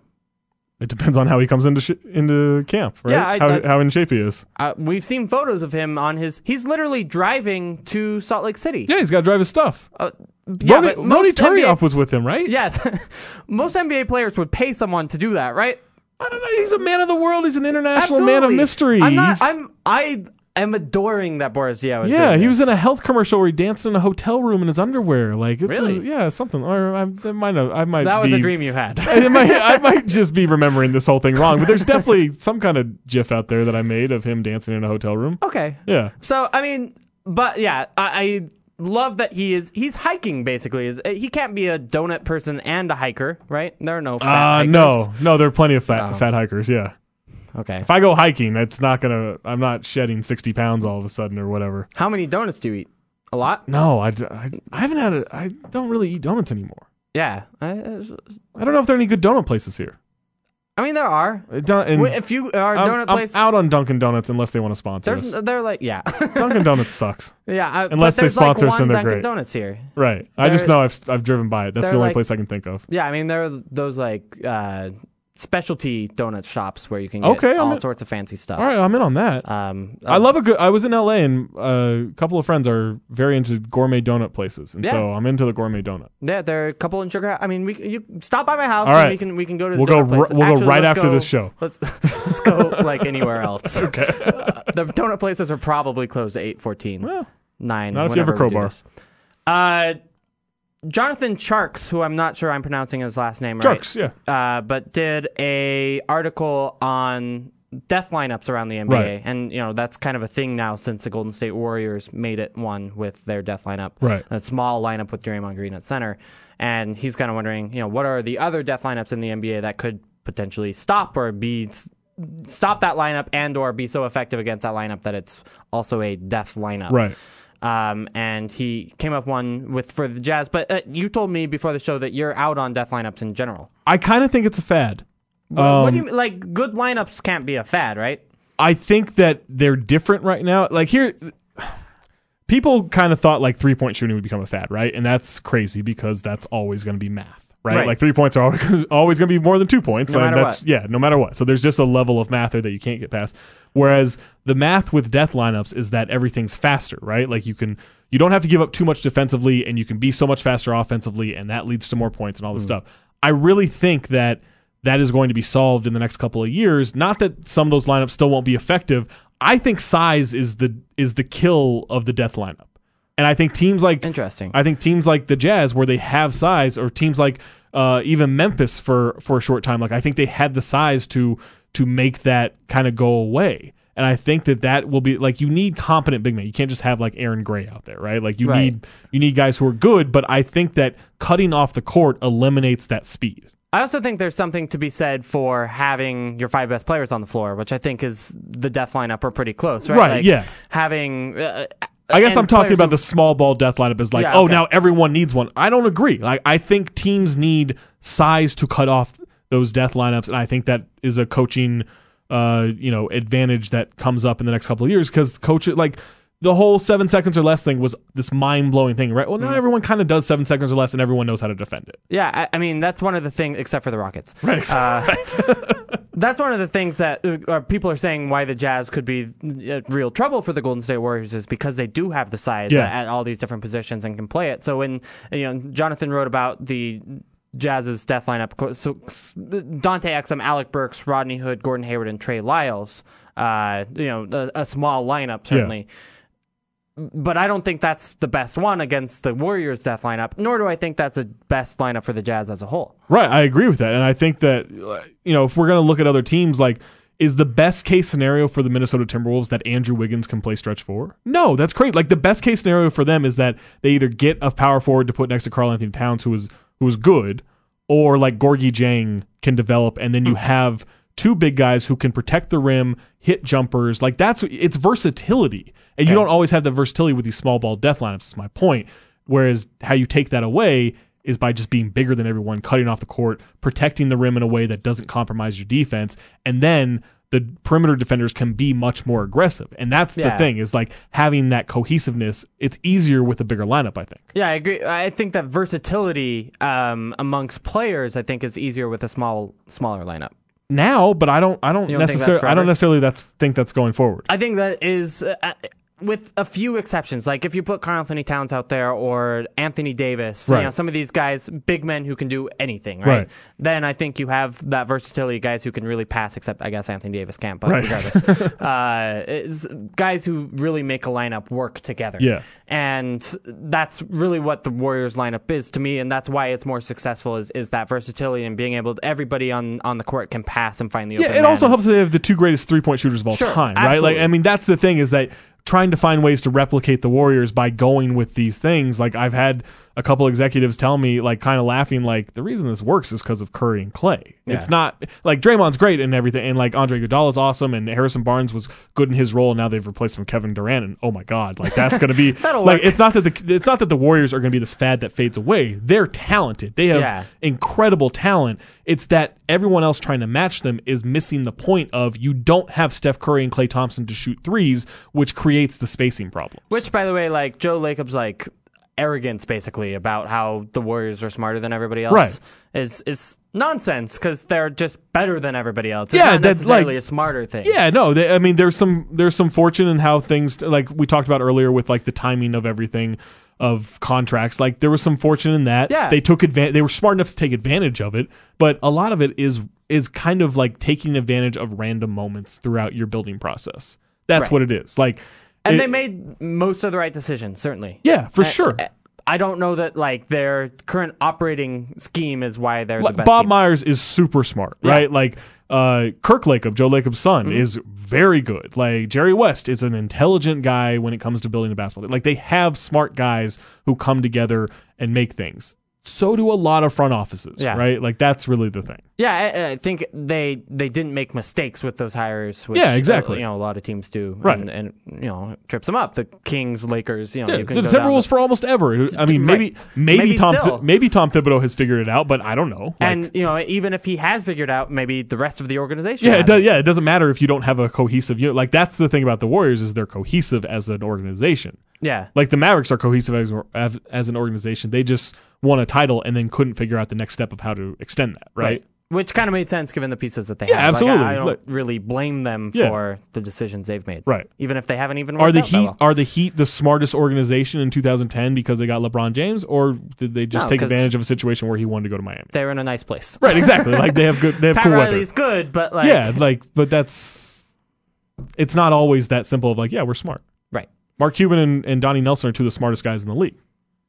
It depends on how he comes into sh- into camp, right? Yeah, I- how, I- how in shape he is. Uh, we've seen photos of him on his. He's literally driving to Salt Lake City. Yeah, he's got to drive his stuff. Uh, yeah, Rody, but Rody most NBA Turioff was with him, right? Yes, (laughs) most NBA players would pay someone to do that, right? I don't know. He's a man of the world. He's an international man of Absolutely. mystery. I'm not. He's- I'm. I am adoring that Boris Dio. Is yeah, doing he was this. in a health commercial where he danced in a hotel room in his underwear. Like, it's Really? yeah, something. Or I, that might have, I might. That was a be- (laughs) dream you had. (laughs) I might, I might just be remembering this whole thing wrong, but there's definitely some kind of GIF out there that I made of him dancing in a hotel room. okay. Yeah, So I mean, but yeah, I, I love that he is. He's hiking basically. Is he can't be a donut person and a hiker, right? There are no. Fat uh, hikers. no, no, there are plenty of fat fat hikers. Yeah, Okay. if I go hiking, that's not gonna. I'm not shedding sixty pounds all of a sudden or whatever. How many donuts do you eat? A lot. No, I, d- I, I haven't had. A, I don't really eat donuts anymore. Yeah. I, I don't know if there are any good donut places here. I mean, there are. Uh, Don- and Wait, If you are a I'm, donut I'm place, out on Dunkin' Donuts unless they want to sponsor there's us. they're like yeah, (laughs) Dunkin' Donuts sucks. yeah. I, but Unless they there's sponsor like us, one then they're Dunkin' great. Donuts here. Right. I just They're- know I've I've driven by it. That's they're the only like- place I can think of. Yeah, I mean there are those like uh, specialty donut shops where you can get Okay, I'm all in- sorts of fancy stuff. All right, I'm in on that. Oh. Um, I love a good. I was in LA and uh, a couple of friends are very into gourmet donut places, and Yeah. so I'm into the gourmet donut. Yeah, there are a couple in Sugar. House. I mean, we you stop by my house. All and right. we can we can go to. The We'll go donut place. ri- we'll go Actually, right let's after go- this show. Let's (laughs) let's go like anywhere (laughs) else. okay. (laughs) the donut places are probably closed at eight fourteen. Well, nine. not if you have a whenever we do crowbar. this. Uh, Jonathan Charks, who I'm not sure I'm pronouncing his last name right. Jerks, yeah. uh, but did a article on death lineups around the NBA, Right. and you know that's kind of a thing now since the Golden State Warriors made it one with their death lineup, Right. A small lineup with Draymond Green at center, and he's kind of wondering, you know, what are the other death lineups in the NBA that could potentially stop or be stop that lineup and or be so effective against that lineup that it's also a death lineup, Right. um, and he came up one with for the Jazz. But uh, you told me before the show that you're out on death lineups in general. I kind of think it's a fad. Well, what Um, do you mean? Like good lineups can't be a fad, right? I think that they're different right now. Like here, people kind of thought like three point shooting would become a fad, right? And that's crazy because that's always going to be math, right? Right. Like three points are always, (laughs) always going to be more than two points. No and matter that's, what. Yeah, no matter what. So there's just a level of math there that you can't get past. Whereas the math with death lineups is that everything's faster, right? Like you can you don't have to give up too much defensively, and you can be so much faster offensively, and that leads to more points and all this stuff. I really think that that is going to be solved in the next couple of years. Not that some of those lineups still won't be effective. I think size is the is the kill of the death lineup. And I think teams like Interesting. I think teams like the Jazz, where they have size, or teams like uh, even Memphis for for a short time, like I think they had the size to to make that kind of go away. And I think that that will be like you need competent big men. You can't just have like Aaron Gray out there, right? Like you Right. need you need guys who are good. But I think that cutting off the court eliminates that speed. I also think there's something to be said for having your five best players on the floor, which I think is the death lineup are pretty close, right? Right, yeah. Having. Uh, I guess and I'm talking players about who- the small ball death lineup is like, Yeah, oh, okay. now everyone needs one. I don't agree. Like, I think teams need size to cut off those death lineups, and I think that is a coaching, uh, you know, advantage that comes up in the next couple of years because coach like the whole seven seconds or less thing was this mind blowing thing, right? Well, Mm-hmm. now everyone kind of does seven seconds or less, and everyone knows how to defend it. Yeah, I, I mean that's one of the things, except for the Rockets. Right. Uh, (laughs) that's one of the things that uh, uh, people are saying why the Jazz could be uh, real trouble for the Golden State Warriors is because they do have the size Yeah. at, at all these different positions and can play it. So when you know Jonathan wrote about the Jazz's death lineup, co- so Dante Exum, Alec Burks, Rodney Hood, Gordon Hayward, and Trey Lyles. Uh, you know, a, a small lineup certainly but I don't think that's the best one against the Warriors' death lineup, nor do I think that's the best lineup for the Jazz as a whole. Right, I agree with that, and I think that you know if we're going to look at other teams, like is the best case scenario for the Minnesota Timberwolves that Andrew Wiggins can play stretch four? No, that's great. Like the best case scenario for them is that they either get a power forward to put next to Carl Anthony Towns, who is who is good, or like Gorgie Jang can develop, and then you have two big guys who can protect the rim, hit jumpers. Like that's it's versatility, and you don't always have the versatility with these small ball death lineups. Is my point. Whereas how you take that away is by just being bigger than everyone, cutting off the court, protecting the rim in a way that doesn't compromise your defense, and then the perimeter defenders can be much more aggressive. And that's Yeah. the thing is like having that cohesiveness. It's easier with a bigger lineup, I think. Yeah, I agree. I think that versatility um, amongst players, I think, is easier with a small, smaller lineup. Now, but I don't. I don't, You don't think that's necessarily. I forever? don't necessarily. That's think that's going forward. I think that is, uh, uh, with a few exceptions, like if you put Carl Anthony Towns out there or Anthony Davis, you Right. know, some of these guys, big men who can do anything, right? Right. Then I think you have that versatility, guys who can really pass, except I guess Anthony Davis can't, but Right. (laughs) regardless. uh, it's guys who really make a lineup work together. Yeah. And that's really what the Warriors lineup is to me, and that's why it's more successful is, is that versatility and being able to, everybody on, on the court can pass and find the Yeah, open it also man. helps that they have the two greatest three point shooters of all Sure, time, right? absolutely. Like, I mean, that's the thing is that trying to find ways to replicate the Warriors by going with these things. Like, I've had a couple executives tell me, like, kind of laughing, like, the reason this works is because of Curry and Clay. It's not like Draymond's great and everything, and like Andre Iguodala's awesome, and Harrison Barnes was good in his role. And now they've replaced him with Kevin Durant, and oh my god, like that's going to (laughs) be That'll like work. it's not that the it's not that the Warriors are going to be this fad that fades away. They're talented. They have Yeah. incredible talent. It's that everyone else trying to match them is missing the point of you don't have Steph Curry and Clay Thompson to shoot threes, which creates the spacing problem. Which, by the way, like Joe Lacob's like arrogance basically about how the Warriors are smarter than everybody else Right. is is nonsense because they're just better than everybody else. It's Yeah, not that's necessarily like- a smarter thing. Yeah, no, they, I mean there's some there's some fortune in how things like we talked about earlier with like the timing of everything of contracts. Like there was some fortune in that. Yeah. They took advantage they were smart enough to take advantage of it, but a lot of it is is kind of like taking advantage of random moments throughout your building process. That's Right. what it is. Like and it- they made most of the right decisions, certainly. Yeah, for I- sure. I- I don't know that like their current operating scheme is why they're Like, the best. Bob team. Myers is super smart, right? Like uh, Kirk Lacob, Joe Lacob's son, Mm-hmm. is very good. Like Jerry West is an intelligent guy when it comes to building a basketball. team. Like they have smart guys who come together and make things. So do a lot of front offices, Yeah. right? Like that's really the thing. yeah, I, I think they they didn't make mistakes with those hires. Which, Yeah, exactly. uh, you know, a lot of teams do. Right. and, and you know, it trips them up. The Kings, Lakers. You know, you the can go down Timberwolves the- for almost ever. I mean, right. maybe maybe, Maybe Tom still. Thi- maybe Tom Thibodeau has figured it out, but I don't know. Like, and you know, even if he has figured out, maybe the rest of the organization. Yeah, it does, hasn't. yeah, it doesn't matter if you don't have a cohesive unit. Like that's the thing about the Warriors is they're cohesive as an organization. yeah. Like the Mavericks are cohesive as as, as an organization. They just won a title and then couldn't figure out the next step of how to extend that, right? Which kind of made sense given the pieces that they Yeah, have. Like, absolutely. I, I don't Like- really blame them Yeah. for the decisions they've made. Right. Even if they haven't even worked Are the out that Heat well. are the Heat the smartest organization in 2010 because they got LeBron James, or did they just No, take 'cause- advantage of a situation where he wanted to go to Miami? They're in a nice place. Right, exactly. like they have good, they have Pat cool weather. Riley's good, but like Yeah, like, but that's it's not always that simple. Of like, yeah, we're smart. right. Mark Cuban and, and Donnie Nelson are two of the smartest guys in the league.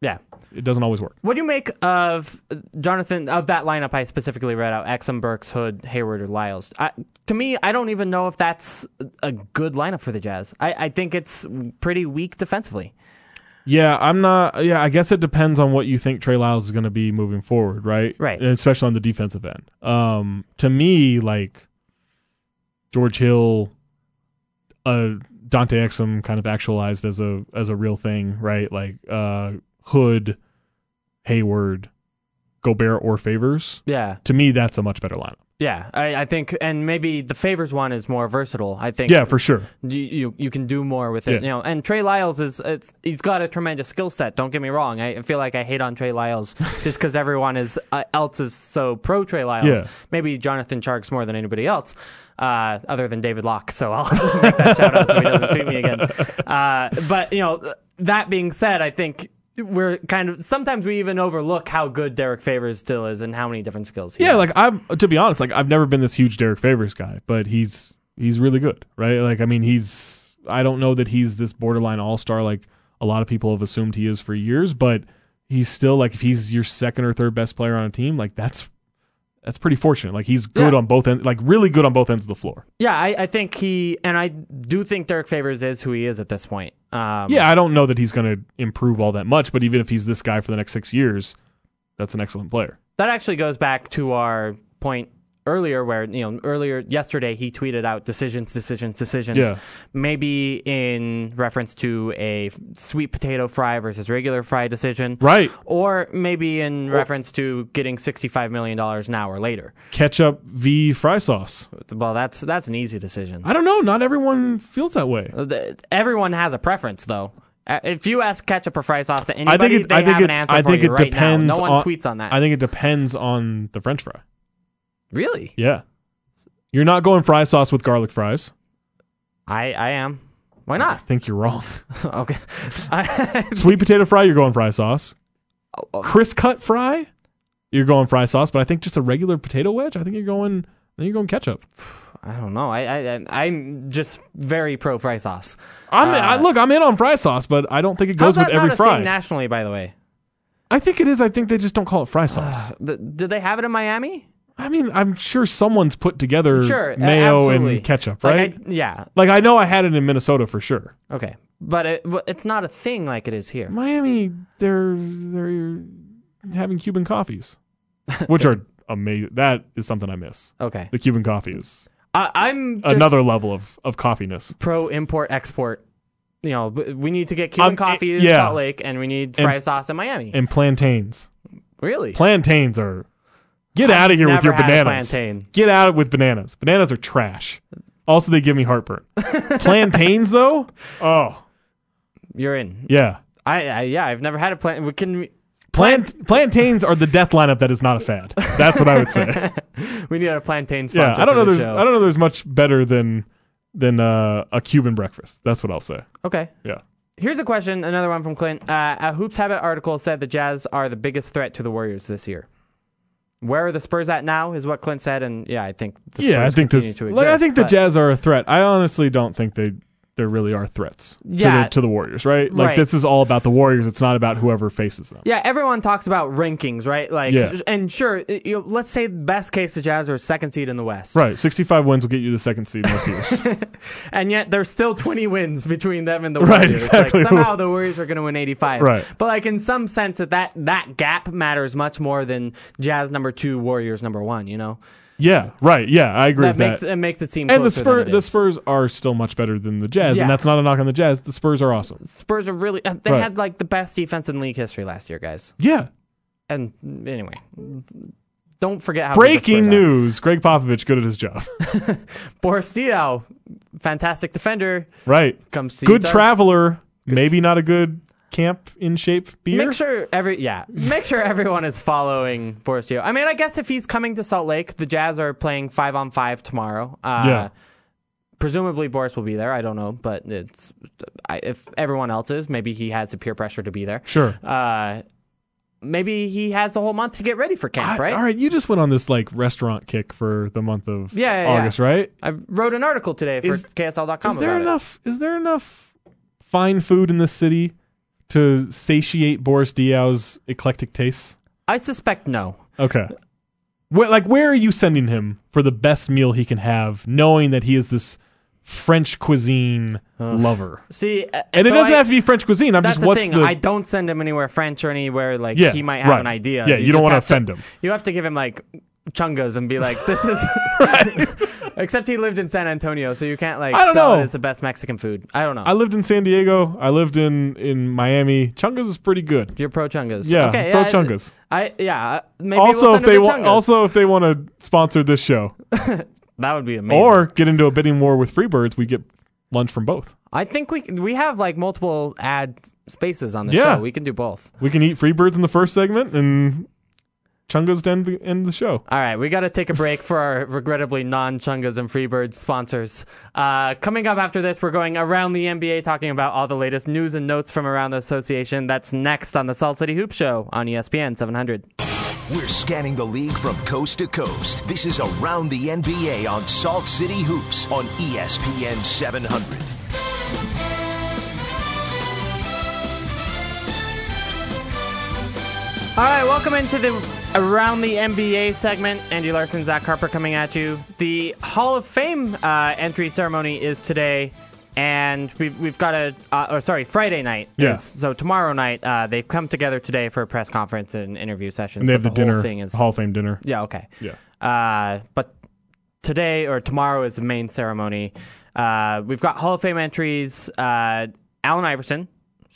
Yeah. It doesn't always work. What do you make of uh, Jonathan of that lineup I specifically read out? Exum, Burks, Hood, Hayward, or Lyles? I, to me, I don't even know if that's a good lineup for the Jazz. I, I think it's pretty weak defensively. Yeah, I'm not. Yeah, I guess it depends on what you think Trey Lyles is going to be moving forward, right? Right. And especially on the defensive end. Um, to me, like George Hill, uh, Dante Exum, kind of actualized as a as a real thing, right? Like uh, Hood, Hayward, Gobert, or Favors. Yeah, To me, that's a much better lineup. yeah. I, I think, and maybe the favors one is more versatile. I think. Yeah, for sure. you you, you can do more with it. Yeah. You know, and Trey Lyles is it's he's got a tremendous skill set. Don't get me wrong. I feel like I hate on Trey (laughs) Lyles just because everyone is uh, else is so pro Trey Lyles. Yeah. Maybe Jonathan Chark's more than anybody else, uh, other than David Locke. So I'll (laughs) make that shout out so he doesn't tweet me (laughs) again. Uh, but you know, that being said, I think. We're kind of sometimes we even overlook how good Derek Favors still is and how many different skills he Yeah, has. like I'm to be honest, like I've never been this huge Derek Favors guy, but he's he's really good, right? Like I mean, he's I don't know that he's this borderline all star like a lot of people have assumed he is for years, but he's still like if he's your second or third best player on a team, like that's that's pretty fortunate. Like he's good Yeah. on both ends, like really good on both ends of the floor. yeah, I, I think he and I do think Derek Favors is who he is at this point. Um, Yeah, I don't know that he's going to improve all that much, but even if he's this guy for the next six years, that's an excellent player. that actually goes back to our point earlier where you know earlier yesterday he tweeted out decisions decisions decisions Yeah. maybe in reference to a f- sweet potato fry versus regular fry decision Right. or maybe in reference to getting 65 million dollars an hour later Ketchup v fry sauce. well that's that's an easy decision I don't know. Not everyone feels that way. Th- everyone has a preference though Uh, if you ask ketchup or fry sauce to I anybody think it. they I think have it. an answer I for think you it right depends. now no one on, tweets on that I think it depends on the French fry. really Yeah, you're not going fry sauce with garlic fries. i i am why I not (laughs) think you're wrong. (laughs) okay I- (laughs) Sweet potato fry, you're going fry sauce. Crisp cut fry, you're going fry sauce. But I think just a regular potato wedge. I think you're going. Then you're going ketchup. I don't know. I, I I- I'm just very pro fry sauce. I'm I, look. I'm in on fry sauce, but I don't think it Uh, How's goes with that every not a fry. thing nationally? By the way, I think it is. I think they just don't call it (sighs) fry sauce. Th do they have it in Miami? I mean, I'm sure someone's put together Sure, a- mayo absolutely. and ketchup, Like, I- right? yeah. like I know I had it in Minnesota for sure. Okay, but it, w- it's not a thing like it is here. Miami, they're they're having Cuban coffees, which are amazing. That is something I miss. Okay, The Cuban coffee is I, I'm just another level of of coffeeness. pro import export. You know, b- we need to get Cuban Um, coffee it- in yeah. Salt Lake, and we need fry sauce in Miami. And plantains, really? plantains are get out of here with never your had a bananas. plantain. Get out of- with bananas. Bananas are trash. Also, they give me (laughs) heartburn. plantains though, oh You're in. yeah. I, I yeah. I've never had a plant. We can. Plant plantains are the death lineup that is not a fad. That's what I (laughs) would say. We need a plantain Yeah, sponsor. I don't for know. the There's show. I don't know. There's much better than than uh, a Cuban breakfast. That's what I'll say. Okay. Yeah. Here's a question, another one from Clint. Uh, a Hoops Habit article said the Jazz are the biggest threat to the Warriors this year. Where are the Spurs at now? Is what Clint said, and yeah, I think the Spurs yeah, I think continue this. to exist. like, I think the but- Jazz are a threat. I honestly don't think they there really are threats to Yeah. the to the Warriors. Right? Like Right. this is all about the Warriors. It's not about whoever faces them. Yeah, everyone talks about rankings, right? Like, Yeah. and sure, i- you know, let's say best case the Jazz are second seed in the West, Right. Sixty-five wins will get you the second seed (laughs) most years. and yet there's still 20 wins between them and the Right, Warriors. exactly. Like somehow the Warriors are going to win 85. Right. But like in some sense that that that gap matters much more than Jazz number two, Warriors number one. You know, yeah. Right. Yeah. I agree that with makes that. it makes it seem and the closer than Spurs, it the is. Spurs are still much better than the Jazz, Yeah. and that's not a knock on the Jazz. The Spurs are awesome. Spurs are really uh, they Right. had like the best defense in league history last year, guys. Yeah. And anyway, don't forget how good the Breaking Spurs are. news: Greg Popovich good at his job. (laughs) Boris Diaw, fantastic defender, right. comes to good Utah. traveler, maybe not a good camp in shape beer. Make sure every (laughs) yeah, make sure everyone is following Borussia. I mean, I guess if he's coming to Salt Lake, the Jazz are playing five on five tomorrow. Uh, Yeah. Presumably Boris will be there. I don't know, but it's I, if everyone else is, maybe he has the peer pressure to be there. Sure. Uh, maybe he has a whole month to get ready for camp, Ah, right? I- Ah, all right, you just went on this like restaurant kick for the month of Yeah, yeah, August, yeah. right? I wrote an article today for Is- KSL.com. Is there about it. enough? Is there enough fine food in this city to satiate Boris Diaw's eclectic tastes? I suspect no. Okay. Where, like, where are you sending him for the best meal he can have, knowing that he is this French cuisine lover? See, uh, And it so doesn't I- have to be French cuisine. I'm That's just the what's thing. the I don't send him anywhere French or anywhere like Yeah, he might have right. an idea. Yeah, you don't just wanna have to- offend him. You have to give him like chungas and be like, "This (laughs) is." (laughs) Except he lived in San Antonio, so you can't like I don't sell know. it as the best Mexican food. I don't know. I lived in San Diego. I lived in in Miami. Chungus is pretty good. You're pro chungas. Yeah, okay, pro yeah, I- Chungas. I yeah. Maybe also, we'll if send him they to want, Chungas. also if they want to sponsor this show that would be amazing. or get into a bidding war with Freebirds, we get lunch from both. I think we we have like multiple ad spaces on the Yeah. show. We can do both. We can eat Freebirds in the first segment and Chungus to end the, end the show. All right, we got to take a break for our regrettably non Chungas and Freebirds sponsors. Uh, coming up after this, we're going around the NBA talking about all the latest news and notes from around the association. That's next on the Salt City Hoop Show on E ESPN 700. We're scanning the league from coast to coast. This is Around the NBA on Salt City Hoops on E ESPN 700. All right, welcome into the Around the NBA segment. Andy Larson, Zach Harper coming at you. The Hall of Fame uh, entry ceremony is today, and we've, we've got a, uh, or sorry, Friday night. Yeah. is- so tomorrow night, uh, they've come together today for a press conference and interview sessions. And they have the, but dinner, Whole thing is, Hall of Fame dinner. yeah, okay. Yeah. Uh, but today or tomorrow is the main ceremony. Uh, we've got Hall of Fame entries uh, Allen Iverson,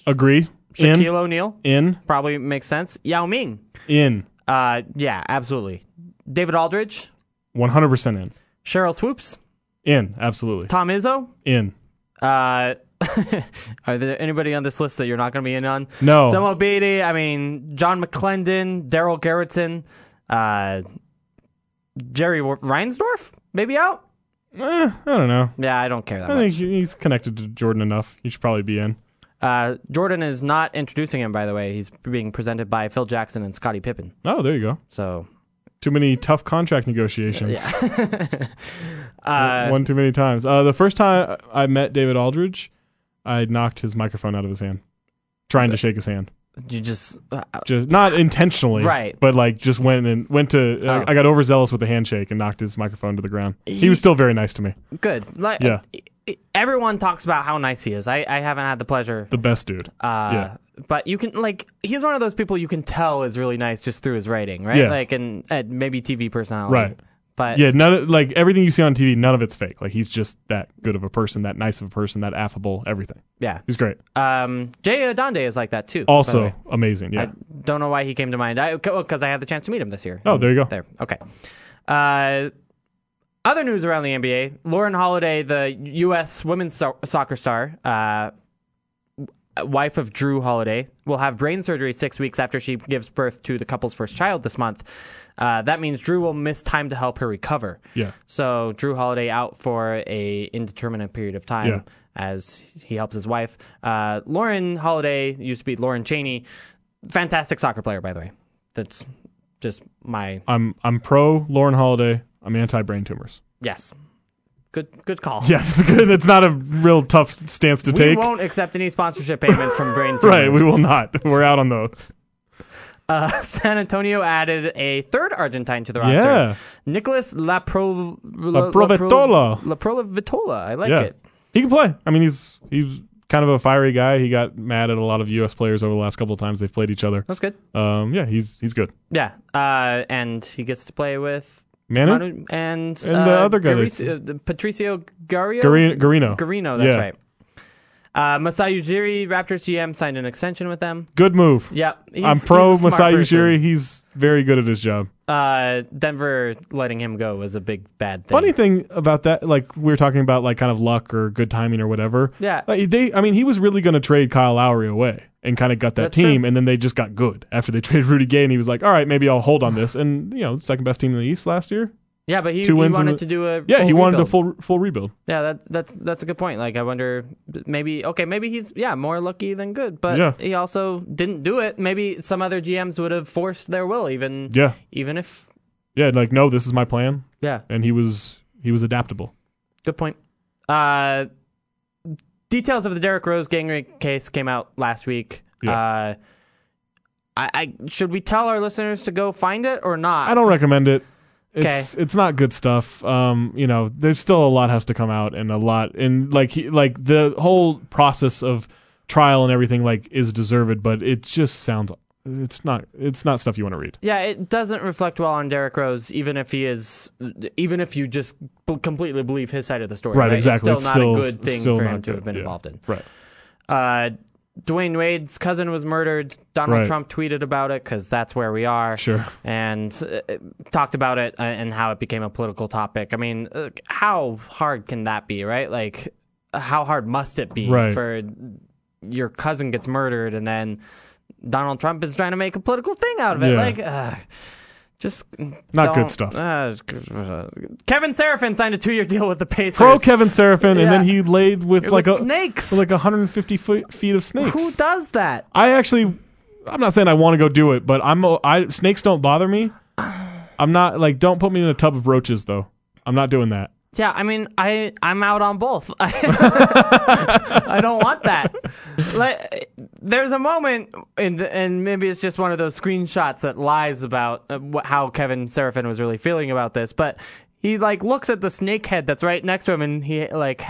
Agree. Shaquille In. O'Neal, In. probably makes sense. Yao Ming. In. Uh, yeah, absolutely. David Aldridge, 100% in. Cheryl Swoops, In. Absolutely. Tom Izzo. In. Uh, (laughs) are there anybody on this list that you're not going to be in on? No. Samo Beatty. I mean, John McClendon, Daryl Gerritsen, uh, Jerry W- Reinsdorf, maybe out. Eh, I don't know. Yeah, I don't care that I much. think he's connected to Jordan enough. He should probably be in. Uh, Jordan is not introducing him, by the way. He's being presented by Phil Jackson and Scottie Pippen. Oh, there you go. So, (laughs) Too many tough contract negotiations. uh, One too many times. Uh, the first time I met David Aldridge, I knocked his microphone out of his hand, trying to shake his hand. you just uh, Just not intentionally, Right. But like, just went and went to. I- Oh. I got overzealous with the handshake and knocked his microphone to the ground. He was still very nice to me. good. Like, e, Yeah. Everyone talks about how nice he is. I, I haven't had the pleasure. The best dude. Uh, yeah. But you can like he's one of those people you can tell is really nice just through his writing, right? Yeah. Like and, and maybe TV personality, Right. But Yeah, none of, like everything you see on TV, none of it's fake. Like he's just that good of a person, that nice of a person, that affable, everything. yeah. He's great. Um, Jay Adonde is like that too. by the Also way. amazing. Yeah. I don't know why he came to mind. I because I had the chance to meet him this year. Oh, there you go. There. Okay. Uh, other news around the NBA: Lauren Holiday, the U.S. women's so- soccer star, uh, w- wife of Drew Holiday, will have brain surgery six weeks after she gives birth to the couple's first child this month. Uh, that means Drew will miss time to help her recover. Yeah. So Drew Holiday out for a indeterminate period of time Yeah. as he helps his wife. Uh, Lauren Holiday used to be Lauren Cheney, fantastic soccer player, by the way. That's just my I'm I'm pro Lauren Holiday. I'm anti brain tumors. yes. Good good call. (laughs) Yeah, it's good. It's not a real tough stance to we take. won't accept any sponsorship payments from Brain Tumors. (laughs) Right, we will not. (laughs) We're out on those. Uh, (laughs) San Antonio added a third Argentine to the roster. Yeah. Nicholas Laprov- La- Laprovitola. Laprovitola. I like yeah, it. he can play. I mean, he's he's kind of a fiery guy. He got mad at a lot of U.S. players over the last couple of times they've played each other. That's good. Um, yeah, he's he's good. Yeah. Uh, and he gets to play with Manu, Manu- and uh, And the other guy Garici- they- uh, the Patricio Gario Garino, Garino, Garino, that's Yeah. right. Uh, Masai Ujiri, Raptors GM, signed an extension with them. Good move. Yep. he's- I'm he's pro a smart Masai person. Ujiri. He's very good at his job. Uh, Denver letting him go was a big bad thing. Funny thing about that, like we were talking about, like kind of luck or good timing or whatever. Yeah. Like, Uh, they, I mean, he was really going to trade Kyle Lowry away and kind of got that That's team, true. and then they just got good after they (laughs) traded Rudy Gay, and he was like, "All right, maybe I'll hold on this." And you know, second best team in the East last year. Yeah, but he, Two he wins in wanted the- to do a Yeah, full he wanted rebuild. a full full rebuild. Yeah, that, that's that's a good point. Like, I wonder, maybe okay, maybe he's yeah more lucky than good, but Yeah. he also didn't do it. Maybe some other GMs would have forced their will, even Yeah, even if yeah, like no, this is my plan, yeah, and he was he was adaptable. good point. Uh, details of the Derrick Rose gang rape case came out last week. Yeah. Uh, I, I should we tell our listeners to go find it or not? I don't recommend it. It's it's not good stuff. Um, you know, there's still a lot has to come out and a lot and like he, like the whole process of trial and everything like is deserved, but it just sounds it's not it's not stuff you want to read. Yeah, it doesn't reflect well on Derrick Rose, even if he is, even if you just b- completely believe his side of the story. Right, Right, exactly. It's It's still not still- a good it's thing still for him not to have good, been yeah. involved in. Right. Uh, Dwayne Wade's cousin was murdered. Donald Right. Trump tweeted about it because that's where we are. Sure. And uh, talked about it uh, and how it became a political topic. I mean, uh, how hard can that be, right? Like, how hard must it be Right. for your cousin gets murdered and then Donald Trump is trying to make a political thing out of it? Yeah. Like, uh, just Not good don't- stuff. uh, Kevin Seraphin signed a two-year deal with the Pacers. Pro Kevin Seraphin, and then Yeah. he laid with With like a snakes. like 150 foot, feet of snakes. Who does that? I actually, I'm not saying I want to go do it, but I'm a- I snakes don't bother me. I'm not like don't put me in a tub of roaches though. I'm not doing that. Yeah, I mean, I I'm out on both. (laughs) I don't want that. Like, there's a moment, in the, and maybe it's just one of those screenshots that lies about uh, wh- how Kevin Seraphin was really feeling about this, but he like looks at the snake head that's right next to him, and he like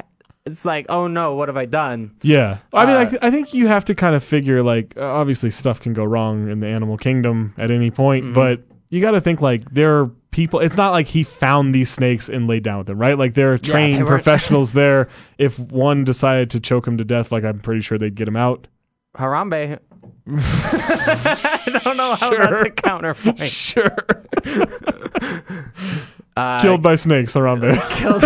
it's like, oh no, what have I done? Yeah. I mean, I, Uh, th- I think you have to kind of figure like uh, obviously stuff can go wrong in the animal kingdom at any point, but you got to think like there are people. It's not like he found these snakes and laid down with them, right? Like there are trained weren't- professionals there. If one decided to choke him to death, like I'm pretty sure they'd get him out. Harambe. (laughs) I don't know how that's a counterpoint. Sure. (laughs) Killed by snakes around there. Killed,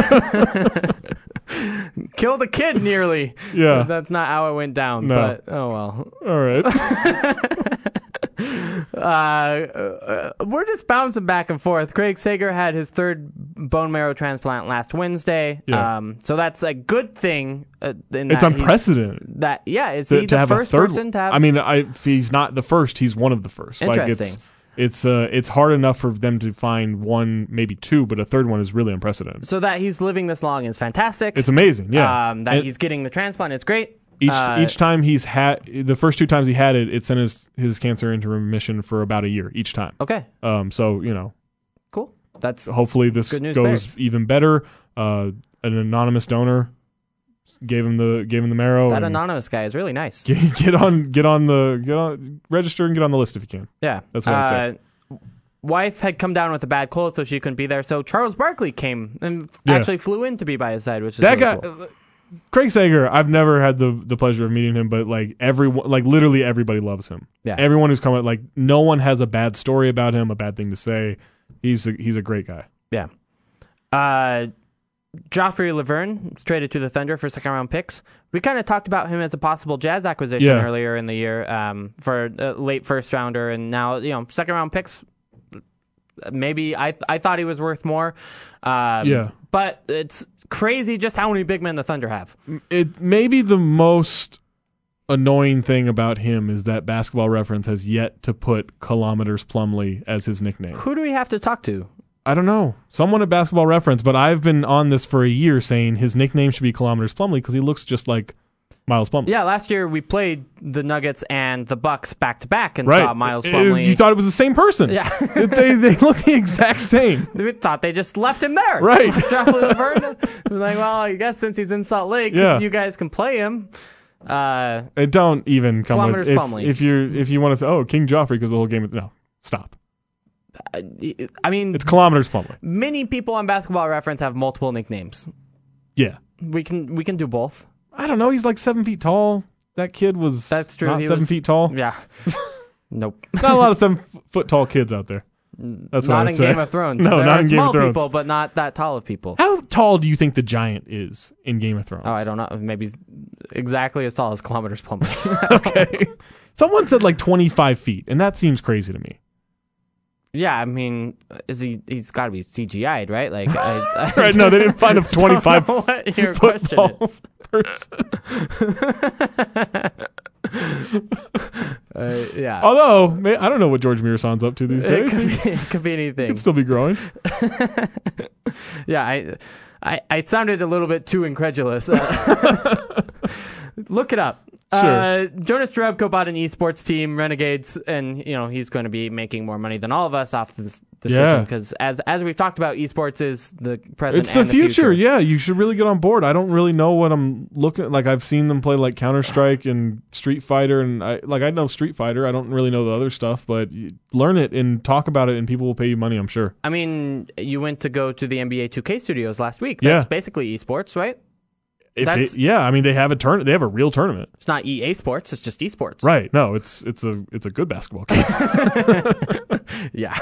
killed a kid nearly. (laughs) Yeah. That's not how it went down, No. but oh well. All right. Uh, uh, we're just bouncing back and forth. Craig Sager had his third bone marrow transplant last Wednesday. Yeah. Um, so that's a good thing. Uh, in It's that he's- unprecedented. That yeah, is to, he to the have first a third person one. to have? I mean, I, if he's not the first, he's one of the first. Like it's Interesting. it's uh, it's hard enough for them to find one, maybe two, but a third one is really unprecedented. so that he's living this long is fantastic. It's amazing, yeah. Um, that And he's getting the transplant is great. each uh, each time he's had the first two times he had it, it sent his his cancer into remission for about a year each time. Okay, Um, so you know, cool. That's hopefully this Good news goes bears. even better. Uh, an anonymous donor gave him the gave him the marrow. that and anonymous guy is really nice. (laughs) Get, get on get on the get on register and get on the list if you can. Yeah. That's what I'd say. Uh, Wife had come down with a bad cold, so she couldn't be there. So Charles Barkley came and Yeah. actually flew in to be by his side, which is that really guy uh, cool. Craig Sager, I've never had the the pleasure of meeting him, but like everyone like literally everybody loves him. Yeah. Everyone who's come out like no one has a bad story about him, a bad thing to say. He's a, he's a great guy. Yeah. Uh, Joffrey Laverne was traded to the Thunder for second round picks. We kind of talked about him as a possible Jazz acquisition Yeah. earlier in the year um, for a late first rounder, and now you know second round picks. Maybe I I thought he was worth more. Um, Yeah. But it's crazy just how many big men the Thunder have. It maybe the most annoying thing about him is that basketball reference has yet to put kilometers plumley as his nickname. Who do we have to talk to? I don't know. Someone at basketball reference, but I've been on this for a year saying his nickname should be kilometers plumley because he looks just like Miles Plumley. Yeah, last year we played the Nuggets and the Bucks back to back and Right. saw Miles Uh, Plumlee. You thought it was the same person. Yeah. (laughs) they, they look the exact same. (laughs) we thought they just left him there. Right. Joffrey Laverne. (laughs) like, well, I guess since he's in Salt Lake, Yeah. you guys can play him. Uh, Uh, don't even come Kilometers with if, Plumlee. if you if you want to say oh King Joffrey because the whole game is, no stop I mean, it's kilometers Plumley many people on Basketball Reference have multiple nicknames. yeah We can we can do both. I don't know. He's like seven feet tall. That kid was That's true. Not He seven was- feet tall. (laughs) Yeah. nope. not (laughs) a lot of seven f- foot tall kids out there. That's what not I'd in say. Game of Thrones. (laughs) No, There not are in Game small of Thrones. people, but not that tall of people. How tall do you think the giant is in Game of Thrones? Oh, I don't know. Maybe s- exactly as tall as kilometers (laughs) plummet. (laughs) okay. Someone said like 25 feet, and that seems crazy to (laughs) me. yeah, I mean, is he? He's got to be CGI'd, right? (laughs) Like, I, I Right? (laughs) No, they didn't find a don't know 25 what your (laughs) foot question tall is. (laughs) person. Uh, yeah, Although, ma- I don't know what George Mirasan's up to these it days. could He be, it could be anything. could still be growing. (laughs) yeah, I, I, I sounded a little bit too (laughs) incredulous. (laughs) Uh, Look it up. Uh, Sure. Jonas Jerebko bought an esports team, Renegades, and you know he's going to be making more money than all of us off this decision Yeah. because, as as we've talked about, esports is the present. It's the and future. Yeah, you should really get on board. I don't really know what I'm looking like. I've seen them play like Counter Strike and Street Fighter, and I like I know Street Fighter. I don't really know the other stuff, but you learn it and talk about it, and people will pay you money. I'm sure. I mean, you went to go to the NBA 2K studios last week. That's Yeah. basically esports, right? If That's- it- yeah, I mean they have a turn. They have a real tournament. It's not EA Sports. It's just esports. Right. No, it's it's a it's a good basketball (laughs) game. Yeah,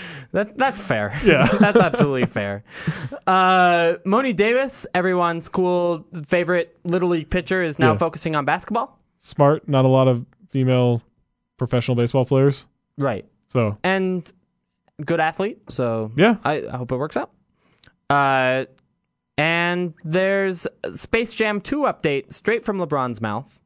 (laughs) that that's fair. Yeah. (laughs) that's absolutely fair. Uh, Moni Davis, everyone's cool favorite little league pitcher, is now Yeah. focusing on basketball. Smart. Not a lot of female professional baseball players. Right, So and good athlete. So yeah, I, I hope it works out. Uh, and there's a Space Jam 2 update straight from LeBron's mouth.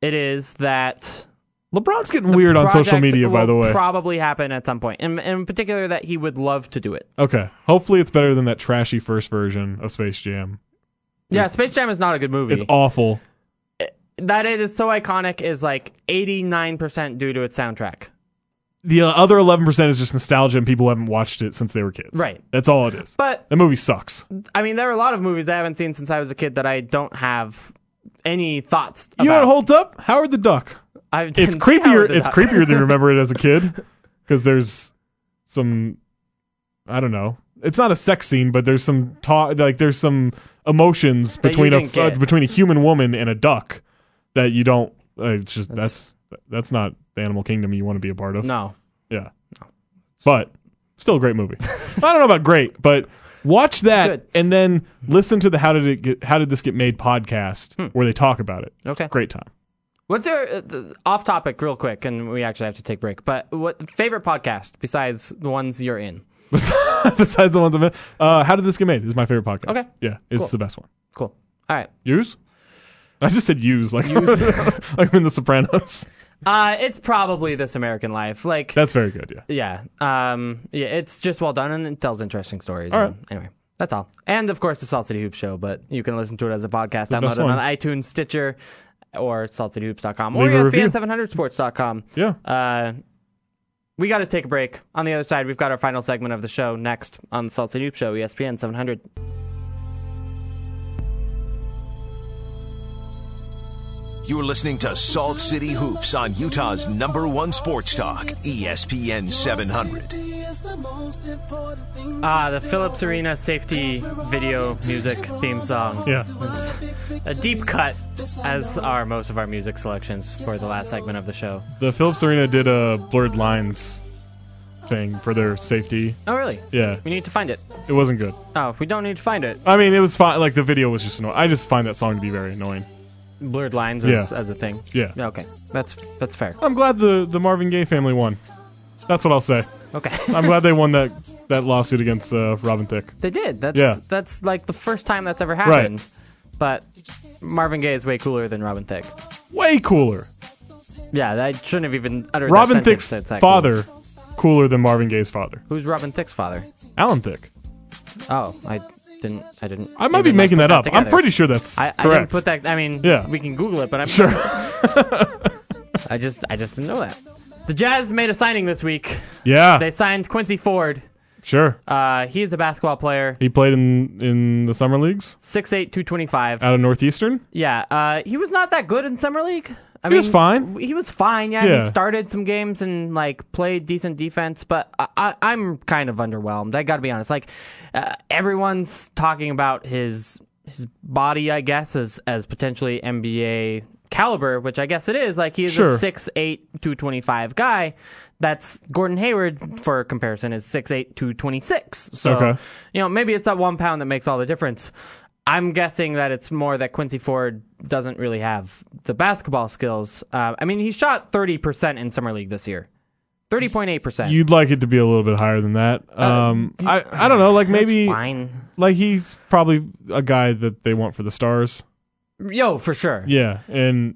It is that LeBron's getting weird on social project media. By will the way. probably happen at some point, and in particular that he would love to do it. okay. Hopefully it's better than that trashy first version of Space Jam. Yeah, Space Jam is not a good movie. It's awful. that it is so iconic is like 89% due to its soundtrack. the uh, other 11% is just nostalgia and people who haven't watched it since they were kids. Right. That's all it is. But that movie sucks. I mean, there are a lot of movies I haven't seen since I was a kid that I don't have any thoughts You know about. what holds up? Howard the Duck. I've It's creepier it's creepier (laughs) than you remember it as a kid cuz there's some I don't know. It's not a sex scene, but there's some talk like there's some emotions you between a didn't f- uh, get. between a human woman and a duck that you don't uh, it's just That's- that's that's not the animal kingdom you want to be a part of. No. Yeah. But still a great movie. (laughs) I don't know about great, but watch that Good. and then listen to the how did it get how did this get made podcast where they talk about it. Hmm. Okay. Great time. What's your uh, th- off topic real quick and we actually have to take a break. But what favorite podcast besides the ones you're in? (laughs) Besides the ones I'm in. Uh, how did this get made is my favorite podcast. Okay. Yeah, it's Cool. the best one. Cool. All right. Use? I just said use like Use. (laughs) like I'm in the Sopranos. Uh it's probably This American Life. Like That's very good, yeah. Yeah. Um, yeah, it's just well done and it tells interesting stories. All right. And Anyway, that's all. And of course, the Salt City Hoops show, but you can listen to it as a podcast. Download best it on one. iTunes, Stitcher, or saltcityhoops.com Leave a or review. ESPN700sports.com. Yeah. Uh, we got to take a break. On the other side, we've got our final segment of the show next on the Salt City Hoop Show, E ESPN 700. You're listening to Salt City Hoops on Utah's number one sports talk, E ESPN 700. Ah, the Phillips Arena safety video music theme song. Yeah. It's a deep cut, as are most of our music selections for the last segment of the show. The Phillips Arena did a blurred lines thing for their safety. Oh, really? Yeah. We need to find it. It wasn't good. Oh, we don't need to find it. I mean, it was fine. Like the video was just annoying. I just find that song to be very annoying. Blurred lines as, Yeah. as a thing. Yeah. Okay, that's that's fair. I'm glad the, the Marvin Gaye family won. That's what I'll say. Okay, (laughs) I'm glad they won that, that lawsuit against uh, Robin Thicke. they did. That's Yeah. that's like the first time that's ever happened. But Marvin Gaye is way cooler than Robin Thicke. Way cooler. Yeah, I shouldn't have even uttered. that Robin sentence, Thicke's that's that cool. father, cooler than Marvin Gaye's father. Who's Robin Thicke's father? Alan Thicke. Oh, I didn't. I didn't. I might be even, like, making put that up. I'm together. pretty sure that's I, I correct. didn't put that. I mean, Yeah. we can Google it, but I'm Sure. (laughs) I just I just didn't know that. The Jazz made a signing this week. Yeah. They signed Quincy Ford. sure. Uh, he is a basketball player, He played in in the summer leagues 6'8", 225. out of Northeastern. Yeah, uh, he was not that good in summer league. I He was fine. He was fine. Yeah, he Yeah. started some games and like played decent defense, but I, I, I'm kind of underwhelmed. I got to be honest. Like uh, everyone's talking about his his body, I guess, as as potentially NBA caliber, which I guess it is. Like he is Sure. a 6'8", 225 guy. That's Gordon Hayward for comparison is 6'8", 226. So Okay. you know maybe it's that one pound that makes all the difference. I'm guessing that it's more that Quincy Ford doesn't really have the basketball skills. Uh, I mean, he shot 30% in summer league this year, 30.8%. You'd like it to be a little bit higher than that. Um, I I don't know. Like Uh, That's maybe fine. like he's probably a guy that they want for the stars. Yo, for sure. Yeah, and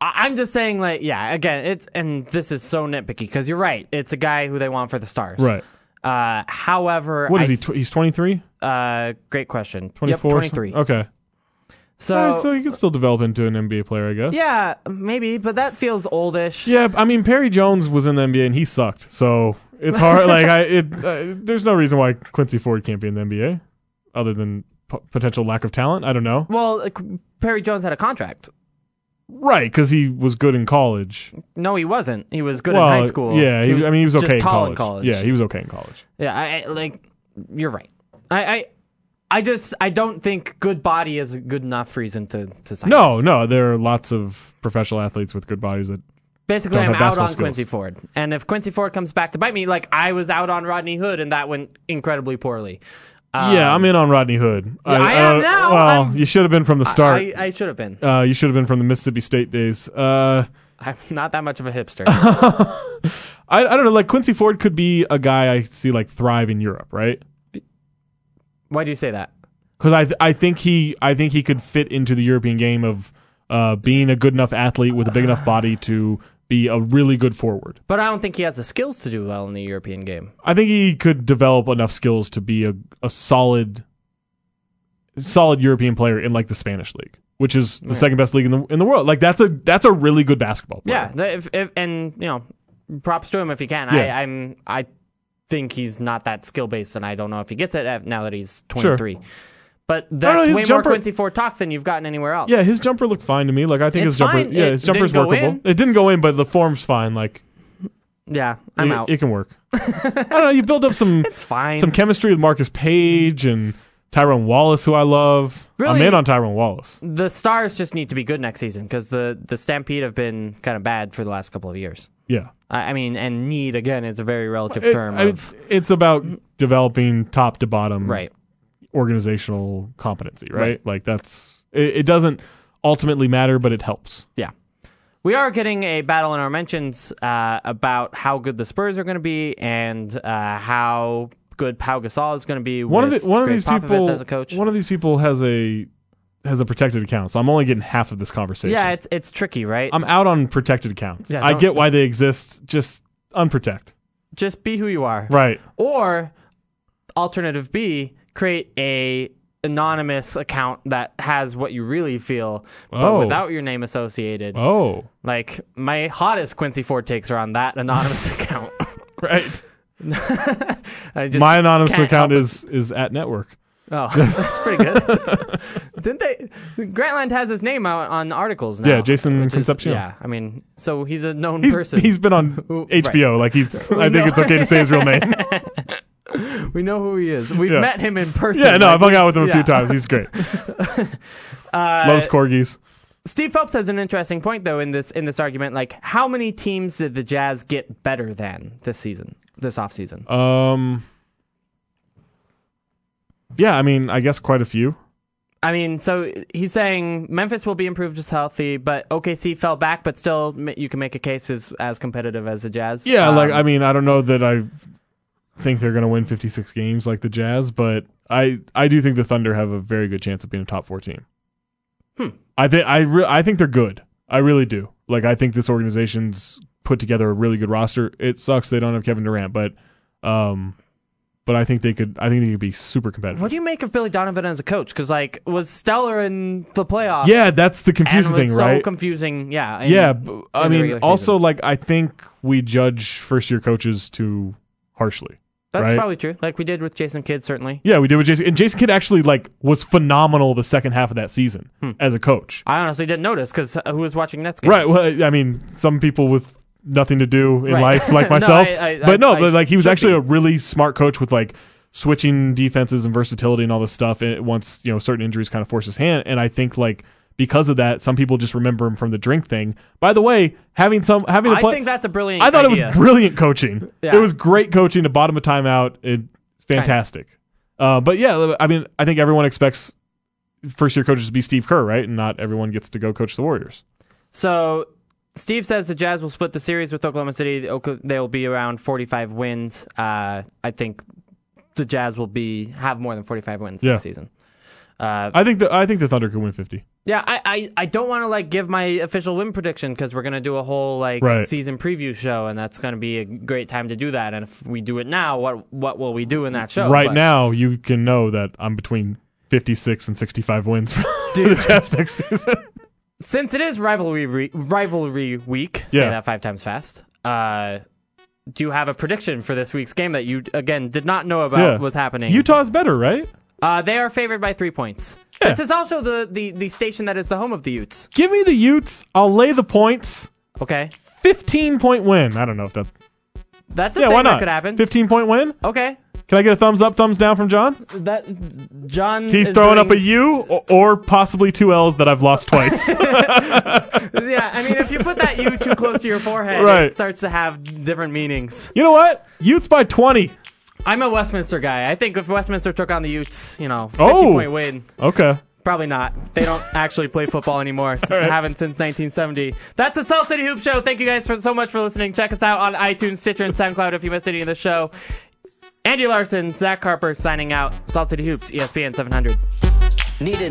I- I'm just saying, like, yeah, again, it's, and this is so nitpicky because you're right. It's a guy who they want for the stars. right. Uh, however, What I, is he? Tw- he's 23, Uh, great question. Yep, 24, 23. Okay, So, All right, so he can still develop into an NBA player, I guess. yeah, maybe, but that feels oldish. Yeah, I mean Perry Jones was in the NBA and he sucked, so it's hard. like I, it, uh, there's no reason why Quincy Ford can't be in the NBA, other than p- potential lack of talent. I don't know. Well, like, Perry Jones had a contract. Right, because he was good in college. No, he wasn't. He was good well, in high school. Yeah, he, was, I mean he was just okay in tall college. in college. Yeah, he was okay in college. Yeah, I, I like you're right. I, I I just I don't think good body is a good enough reason to to sign. No, this. no, there are lots of professional athletes with good bodies that. Basically, don't I'm have out basketball on skills. Quincy Ford, and if Quincy Ford comes back to bite me, like I was out on Rodney Hood, and that went incredibly poorly. Um, yeah, I'm in on Rodney Hood. uh, I am now. Well, I'm- you should have been from the start. I, I should have been. uh, you should have been from the Mississippi State days. Uh, I'm not that much of a hipster. (laughs) I, I don't know. Like Quincy Ford could be a guy I see like thrive in Europe, right? Why do you say that? Because I th- I think he I think he could fit into the European game of uh, being a good enough athlete with a big enough body to be a really good forward. But I don't think he has the skills to do well in the European game. I think he could develop enough skills to be a, a solid solid European player in like the Spanish league, which is the second best league in the in the world. Like that's a that's a really good basketball player. Yeah, th- if, if, and you know, props to him if he can. Yeah. I, I'm I think he's not that skill based, and I don't know if he gets it at- now that he's 23. But know, that's his way jumper- more Quincy Ford talk than you've gotten anywhere else. Yeah, his jumper looked fine to me. Like I think It's his jumper fine. yeah, It his jumper's didn't go workable. in. It didn't go in, but the form's fine. Like yeah. I'm it, out. it can (laughs) work. I don't know, you build up some it's fine. some chemistry with Marcus Page and Tyrone Wallace, who I love. I'm Really? in on Tyrone Wallace. the Stars just need to be good next season because the the Stampede have been kind of bad for the last couple of years. Yeah. I, I mean, and need again is a very relative It- term I- of it's about developing top to bottom right. organizational competency, right? Like that's it, it doesn't ultimately matter, but it helps. Yeah. We are getting a battle in our mentions uh, about how good the Spurs are going to be and uh, how good Pau Gasol is going to be. One with of the, one of Greg these Popovich people as a coach. one of these people has a has a protected account, so I'm only getting half of this conversation. yeah, it's it's tricky, right? I'm out on protected accounts. Yeah, I don't- get why they exist. Just unprotect. Just be who you are, Right. or alternative B, create a anonymous account that has what you really feel, Oh. but without your name associated. Oh. Like my hottest Quincy Ford takes are on that anonymous (laughs) account. Right. I just My anonymous can't help account it. is is at network. (laughs) Oh, that's pretty good. Didn't they? Grantland has his name out on articles now. Yeah, Jason which is- Concepcion. yeah, I mean, so he's a known He's, person. he's been on (laughs) Who- HBO. (laughs) Like he's. know. I think it's okay to say his real name. (laughs) we know who he is. We've Yeah. met him in person. yeah. No, Like, I've hung out with him a yeah. Uh, few times. (laughs) He's great. Loves corgis. Steve Phelps has an interesting point though in this in this argument. Like, how many teams did the Jazz get better than this season, this offseason? Um. Yeah, I mean, I guess quite a few. I mean, so he's saying Memphis will be improved as healthy, but OKC fell back, but still m- you can make a case as as competitive as the Jazz. Yeah, like Um, I mean, I don't know that I think they're going to win 56 games like the Jazz, but I I do think the Thunder have a very good chance of being a top 4 team. Hmm. I think I re- I think they're good. I really do. Like I think this organization's put together a really good roster. It sucks they don't have Kevin Durant, but um but I think they could I think they could be super competitive. What do you make of Billy Donovan as a coach? Because like was stellar in the playoffs. yeah, that's the and confusing was thing, so right? confusing. Yeah, in- yeah, b- I in the mean, regular also season. like I think we judge first-year coaches too harshly. that's right? probably true. Like we did with Jason Kidd, certainly. Yeah, we did with Jason. And Jason Kidd actually like was phenomenal the second half of that season Hmm. as a coach. I honestly didn't notice because who was watching Nets games? Right. Well, I mean, some people with nothing to do in Right. life like (laughs) No, myself. I- I- but no, I- I but like he was should actually be. a really smart coach with like switching defenses and versatility and all this stuff. And once you know certain injuries kind of force his hand, and I think like because of that, some people just remember him from the drink thing. By the way, having some having a I play, think that's a brilliant. I thought idea. it was brilliant coaching. Yeah. It was great coaching to bottom a timeout. It fantastic. Uh, but yeah, I mean, I think everyone expects first year coaches to be Steve Kerr, right? And not everyone gets to go coach the Warriors. So Steve says the Jazz will split the series with Oklahoma City. The Oka- They'll be around 45 wins. Uh, I think the Jazz will be have more than 45 wins Yeah. this season. Uh, I think the I think the Thunder could win fifty. yeah, I, I, I don't want to like give my official win prediction because we're gonna do a whole like Right. season preview show, and that's gonna be a great time to do that. And if we do it now, what what will we do in that show? right Oh, But- now, you can know that I'm between fifty six and sixty five wins for (laughs) the Jazz next season. since it is rivalry re- rivalry week, say Yeah. that five times fast. Uh, do you have a prediction for this week's game that you again did not know (laughs) about Yeah. was happening? Utah's better, right? uh, they are favored by three points. Yeah. This is also the, the the station that is the home of the Utes. Give me the Utes. I'll lay the points. Okay, Fifteen point win. I don't know if that. that's a Yeah, thing why not? that could happen. Oh. Fifteen point win. Okay, Can I get a thumbs up, thumbs down from John? that John. He's is throwing up a doing- U or, or possibly two L's that I've lost twice. yeah, I mean, if you put that U too close to your forehead, Right. it starts to have different meanings. you know what? Utes by 20. I'm a Westminster guy. I think if Westminster took on the Utes, you know, 50 Oh. point win. Okay. Probably not. They don't actually play football anymore. So right. Haven't since 1970. That's the Salt City Hoop Show. Thank you guys for, so much for listening. Check us out on iTunes, Stitcher, and SoundCloud if you missed any of the show. E Andy Larson, Zach Harper signing out. Salt City Hoops, ESPN 700. Need a new